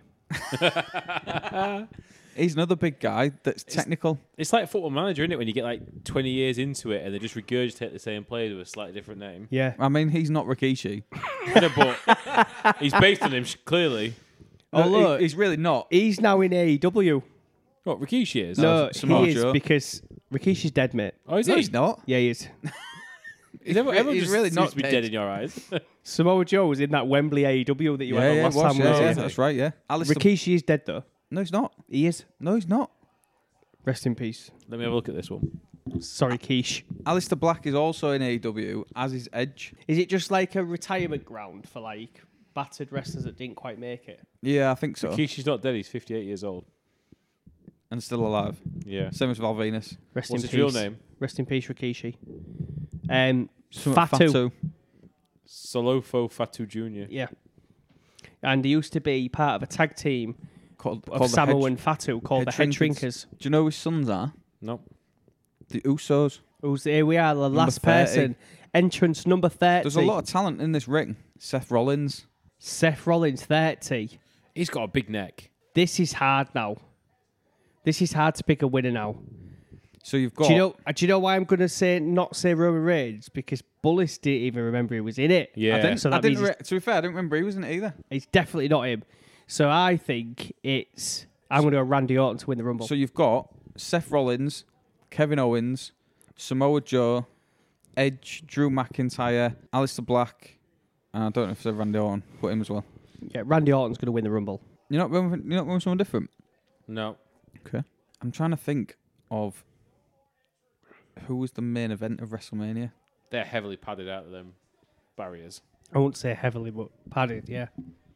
A: He's another big guy that's technical.
C: It's like Football Manager, isn't it? When you get like 20 years into it and they just regurgitate the same players with a slightly different name.
B: Yeah.
A: I mean, he's not Rikishi.
C: Yeah, but he's based on him sh- clearly.
B: Oh
A: No, he-
B: look,
A: he's really not.
B: he's now in AEW.
C: What Rikishi is?
B: No,
A: Samoa
B: he is
A: Joe.
B: because Rikishi's dead, mate.
C: oh, is
A: No,
C: he?
A: he's not.
B: Yeah, he is.
A: He's,
C: Everyone,
A: re-
C: everyone
A: he's
C: just
A: really
C: seems
A: not
C: to be dead. in your eyes.
B: Samoa Joe was in that Wembley AEW that you
A: yeah,
B: had on
A: yeah,
B: last
A: was,
B: time.
A: yeah,
B: wasn't
A: yeah,
B: he?
A: that's right. Yeah, Alistair.
B: Rikishi is dead though.
A: No, he's not.
B: He is.
A: No, he's not.
B: Rest in peace.
C: Let me have a look at this one.
B: Sorry, Quiche.
A: Alistair Black is also in AEW, as is Edge.
B: Is it just like a retirement ground for like battered wrestlers that didn't quite make it?
A: Yeah, I think so.
C: Rikishi's not dead. He's 58 years old.
A: And still alive.
C: Yeah.
A: Same as Valvinus.
B: Rest
C: What's
B: in
C: his
B: peace.
C: real name?
B: Rest in peace, Rikishi. Um,
A: Something
B: Fatu.
A: Fatu.
C: Solofo Fatu Jr.
B: yeah. And he used to be part of a tag team
A: Called,
B: of
A: called the
B: Samoa
A: Hedge-
B: and Fatu called
A: Head
B: the Head
A: Shrinkers.
B: Shrinkers.
A: Do you know who his sons are?
C: No.
A: The Usos.
B: Who's here? We are the last
A: 30.
B: person. Entrance number thirty.
A: There's a lot of talent in this ring. Seth Rollins.
B: Seth Rollins thirty.
C: He's got a big neck.
B: This is hard now. This is hard to pick a winner now.
A: So you've got
B: Do you know? uh, Do you know why I'm gonna say not say Roman Reigns because Bullis didn't even remember he was in it.
C: Yeah.
A: I didn't,
B: So
A: I
B: that
A: didn't
B: means
A: re- to be fair, I didn't remember he was in it either.
B: It's definitely not him. So I think it's. I'm going to go Randy Orton to win the Rumble.
A: So you've got Seth Rollins, Kevin Owens, Samoa Joe, Edge, Drew McIntyre, Alistair Black, and I don't know if they're Randy Orton, but him as well.
B: yeah, Randy Orton's going to win the Rumble.
A: You're not going with, you're not going with someone different.
C: No.
A: Okay. I'm trying to think of who was the main event of WrestleMania.
C: They're heavily padded out of them barriers.
B: I won't say heavily, but padded. Yeah,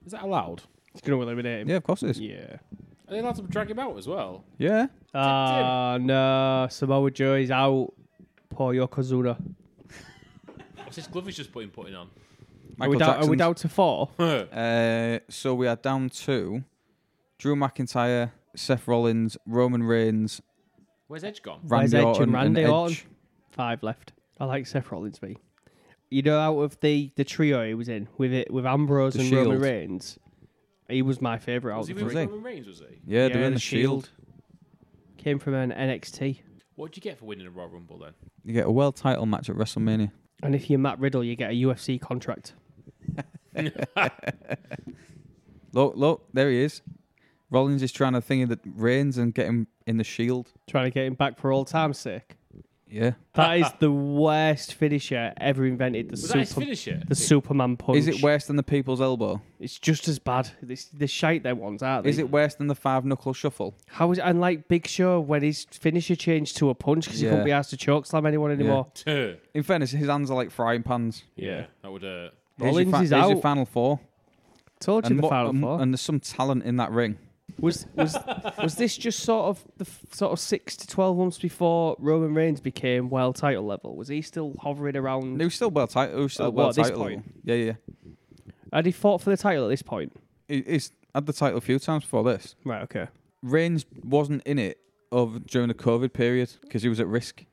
C: Is that allowed?
B: it's going to eliminate him.
A: Yeah, of course it is.
B: Yeah.
C: Are they allowed to drag him out as well?
A: Yeah.
B: Ah no, Samoa Joe is out. Poor Yokozuna.
C: What's this glove he's just putting putting on?
B: Are we,
A: Michael
B: down, are we
A: Jackson's-
B: down to four?
A: Uh, so we are down to Drew McIntyre, Seth Rollins, Roman Reigns,
C: Where's Edge gone?
A: Randy
B: Edge and
A: Orton,
B: Randy
A: and
B: Orton?
A: Edge.
B: Five left. I like Seth Rollins, me. You know, out of the the trio he was in with it with Ambrose
A: The
B: and
A: Shield.
B: Roman Reigns, he was my favorite out
C: Was
B: of
C: he
B: them.
C: with
A: was he?
C: Roman Reigns? Was he?
A: Yeah,
B: Yeah,
A: doing
B: the
A: the shield.
B: Came from an NXT.
C: What do you get for winning a Royal Rumble then?
A: You get a world title match at WrestleMania.
B: And if you're Matt Riddle, you get a UFC contract.
A: Look, look, there he is. Rollins is trying to think that Reigns and get him in the shield.
B: Trying to get him back for all time's sake.
A: Yeah.
B: That is the worst finisher ever invented. The
C: Was that his
B: super,
C: finisher?
B: the Superman punch.
A: Is it worse than the people's elbow?
B: It's just as bad. It's the shite their ones, aren't they?
A: Is it worse than the five knuckle shuffle?
B: How is and like Big Show when his finisher changed to a punch because
A: Yeah.
B: he couldn't be asked to choke slam anyone anymore.
C: yeah.
A: In fairness, his hands are like frying pans.
C: that would. Uh,
A: Here's your
B: Rollins is
A: here's your
B: out.
A: final four.
B: Told you
A: And,
B: the
A: what-
B: final
A: and-
B: four.
A: and there's some talent in that ring.
B: was was was this just sort of the f- sort of six to twelve months before Roman Reigns became world title level? Was he still hovering around?
A: He was still world title. He was still
B: Uh, what,
A: world
B: Mm. at this
A: title.
B: point?
A: level. Yeah, yeah. yeah.
B: Had he fought for the title at this point?
A: He, he's had the title a few times before this.
B: Right. Okay.
A: Reigns wasn't in it of during the COVID period because he was at risk.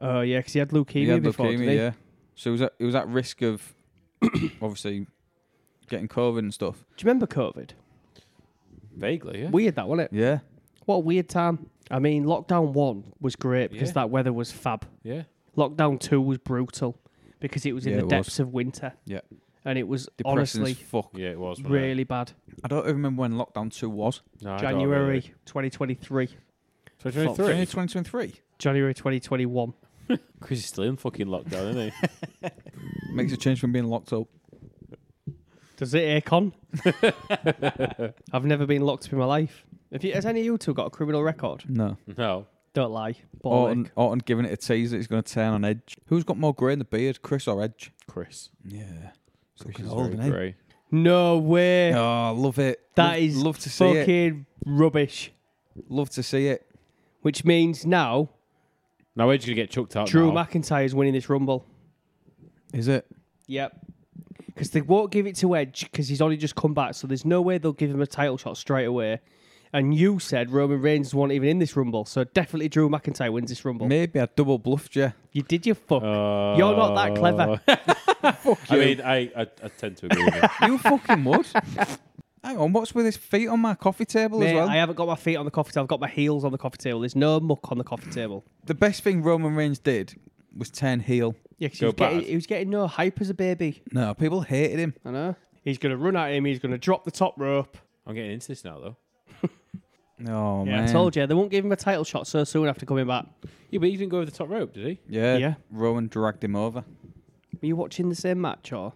B: Oh yeah, because he had leukemia
A: he had
B: before. didn't he?
A: yeah. So he was at, he was at risk of obviously getting COVID and stuff.
B: Do you remember COVID?
C: Vaguely, yeah.
B: Weird that, wasn't it?
A: Yeah.
B: What a weird time. I mean, lockdown one was great because
C: Yeah.
B: that weather was fab.
C: Yeah.
B: Lockdown two was brutal because it was in
A: Yeah,
B: the
A: it was.
B: depths of winter.
A: Yeah.
B: And it was
A: Depressing as
B: honestly
A: fuck.
C: Yeah, it was. wasn't it?
B: really bad.
A: I don't even remember when lockdown two was.
C: No, I don't
B: January
C: really.
B: 2023.
C: 2023.
A: Twenty twenty three
B: January 2021.
C: Chris is still in fucking lockdown, isn't he?
A: makes a change from being locked up.
B: Does it, Akon? I've never been locked up in my life. Have you, has any of you two got a criminal record?
A: No,
C: No.
B: Don't lie. Ball
A: Orton,
B: ache.
A: Orton giving it a teaser. He's going to turn on Edge. Who's got more grey in the beard, Chris or Edge?
C: Chris.
A: Yeah, it's
C: Chris
A: looking
C: is
A: old,
C: very
A: isn't it?
C: grey.
B: No way.
A: Oh, I love it.
B: That
A: love,
B: is
A: love to see it.
B: Fucking rubbish.
A: Love to see it.
B: Which means now
C: Now Edge going to get chucked out
B: Drew
C: now.
B: McIntyre's winning this Rumble.
A: Is it?
B: Yep. Because they won't give it to Edge because he's only just come back, so there's no way they'll give him a title shot straight away. And you said Roman Reigns wasn't even in this Rumble, so definitely Drew McIntyre wins this Rumble.
A: Maybe I double bluffed you.
B: You did your fuck.
C: Uh,
B: You're not that clever.
C: I mean, I, I, I tend to agree with him.
A: You fucking would. Hang on, what's with his feet on my coffee table as
B: Mate,
A: well?
B: I haven't got my feet on the coffee table. I've got my heels on the coffee table. There's no muck on the coffee table.
A: the best thing Roman Reigns did was turn heel.
B: Yeah, 'cause he
C: Go
B: was, getting,
C: bad.
B: he was getting no hype as a baby.
A: No, people hated him.
B: I know. He's going to run at him. He's going to drop the top rope.
C: I'm getting into this now, though.
A: Oh
B: yeah,
A: man,
B: I told you. They won't give him a title shot so soon after coming back.
C: Yeah, but he didn't go over the top rope, did he?
A: Yeah,
B: Yeah.
A: Rowan dragged him over.
B: Were you watching the same match or?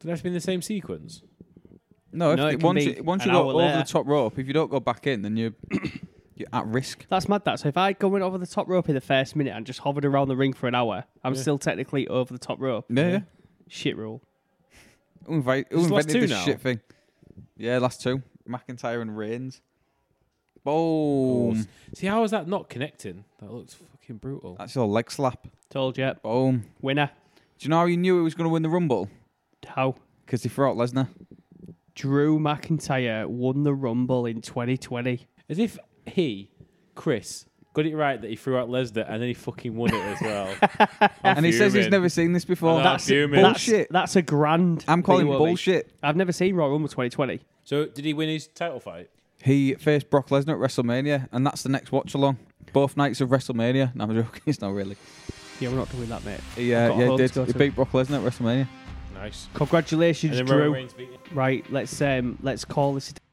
C: Did it have to be in the same sequence?
A: No, if
B: No, it
A: you-
B: can
A: once
B: be
A: you, once
B: an
A: you go
B: hour
A: over
B: later.
A: the top rope, if you don't go back in, then you're you're at risk.
B: That's mad. That so if I go in over the top rope in the first minute and just hovered around the ring for an hour, I'm
C: Yeah.
B: still technically over the top rope.
A: Yeah. yeah.
B: Shit rule.
A: Who, invite, who
C: It's last
A: invented
C: two
A: this
C: now.
A: shit thing? Yeah, last two. McIntyre and Reigns. Boom.
C: Mm. See, how is that not connecting? That looks fucking brutal.
A: That's your leg slap.
B: Told you,
A: Boom.
B: winner.
A: Do you know how you knew he was going to win the Rumble?
B: How
A: Because he threw out Lesnar.
B: Drew McIntyre won the Rumble in 2020.
C: As if he, Chris, got it right that he threw out Lesnar and then he fucking won it as well. I'm
A: and he says he's
C: fuming.
A: never seen this before.
C: I know,
A: That's
C: fuming.
A: bullshit.
B: That's, that's a grand.
A: I'm calling
B: thing, Willie.
A: bullshit.
B: I've never seen Royal Rumble 2020.
C: So, did he win his title fight?
A: He faced Brock Lesnar at WrestleMania, and that's the next watch along. Both nights of WrestleMania. No, I'm joking. It's not really.
B: Yeah, we're not doing that, mate.
A: He, uh,
B: I've got
A: yeah, he
B: home
A: did.
B: to go
A: He
B: to.
A: beat Brock Lesnar at WrestleMania.
C: Nice.
B: Congratulations,
C: And then
B: Drew.
C: Roman Reigns beat him.
B: Right, let's um, let's call this. a day.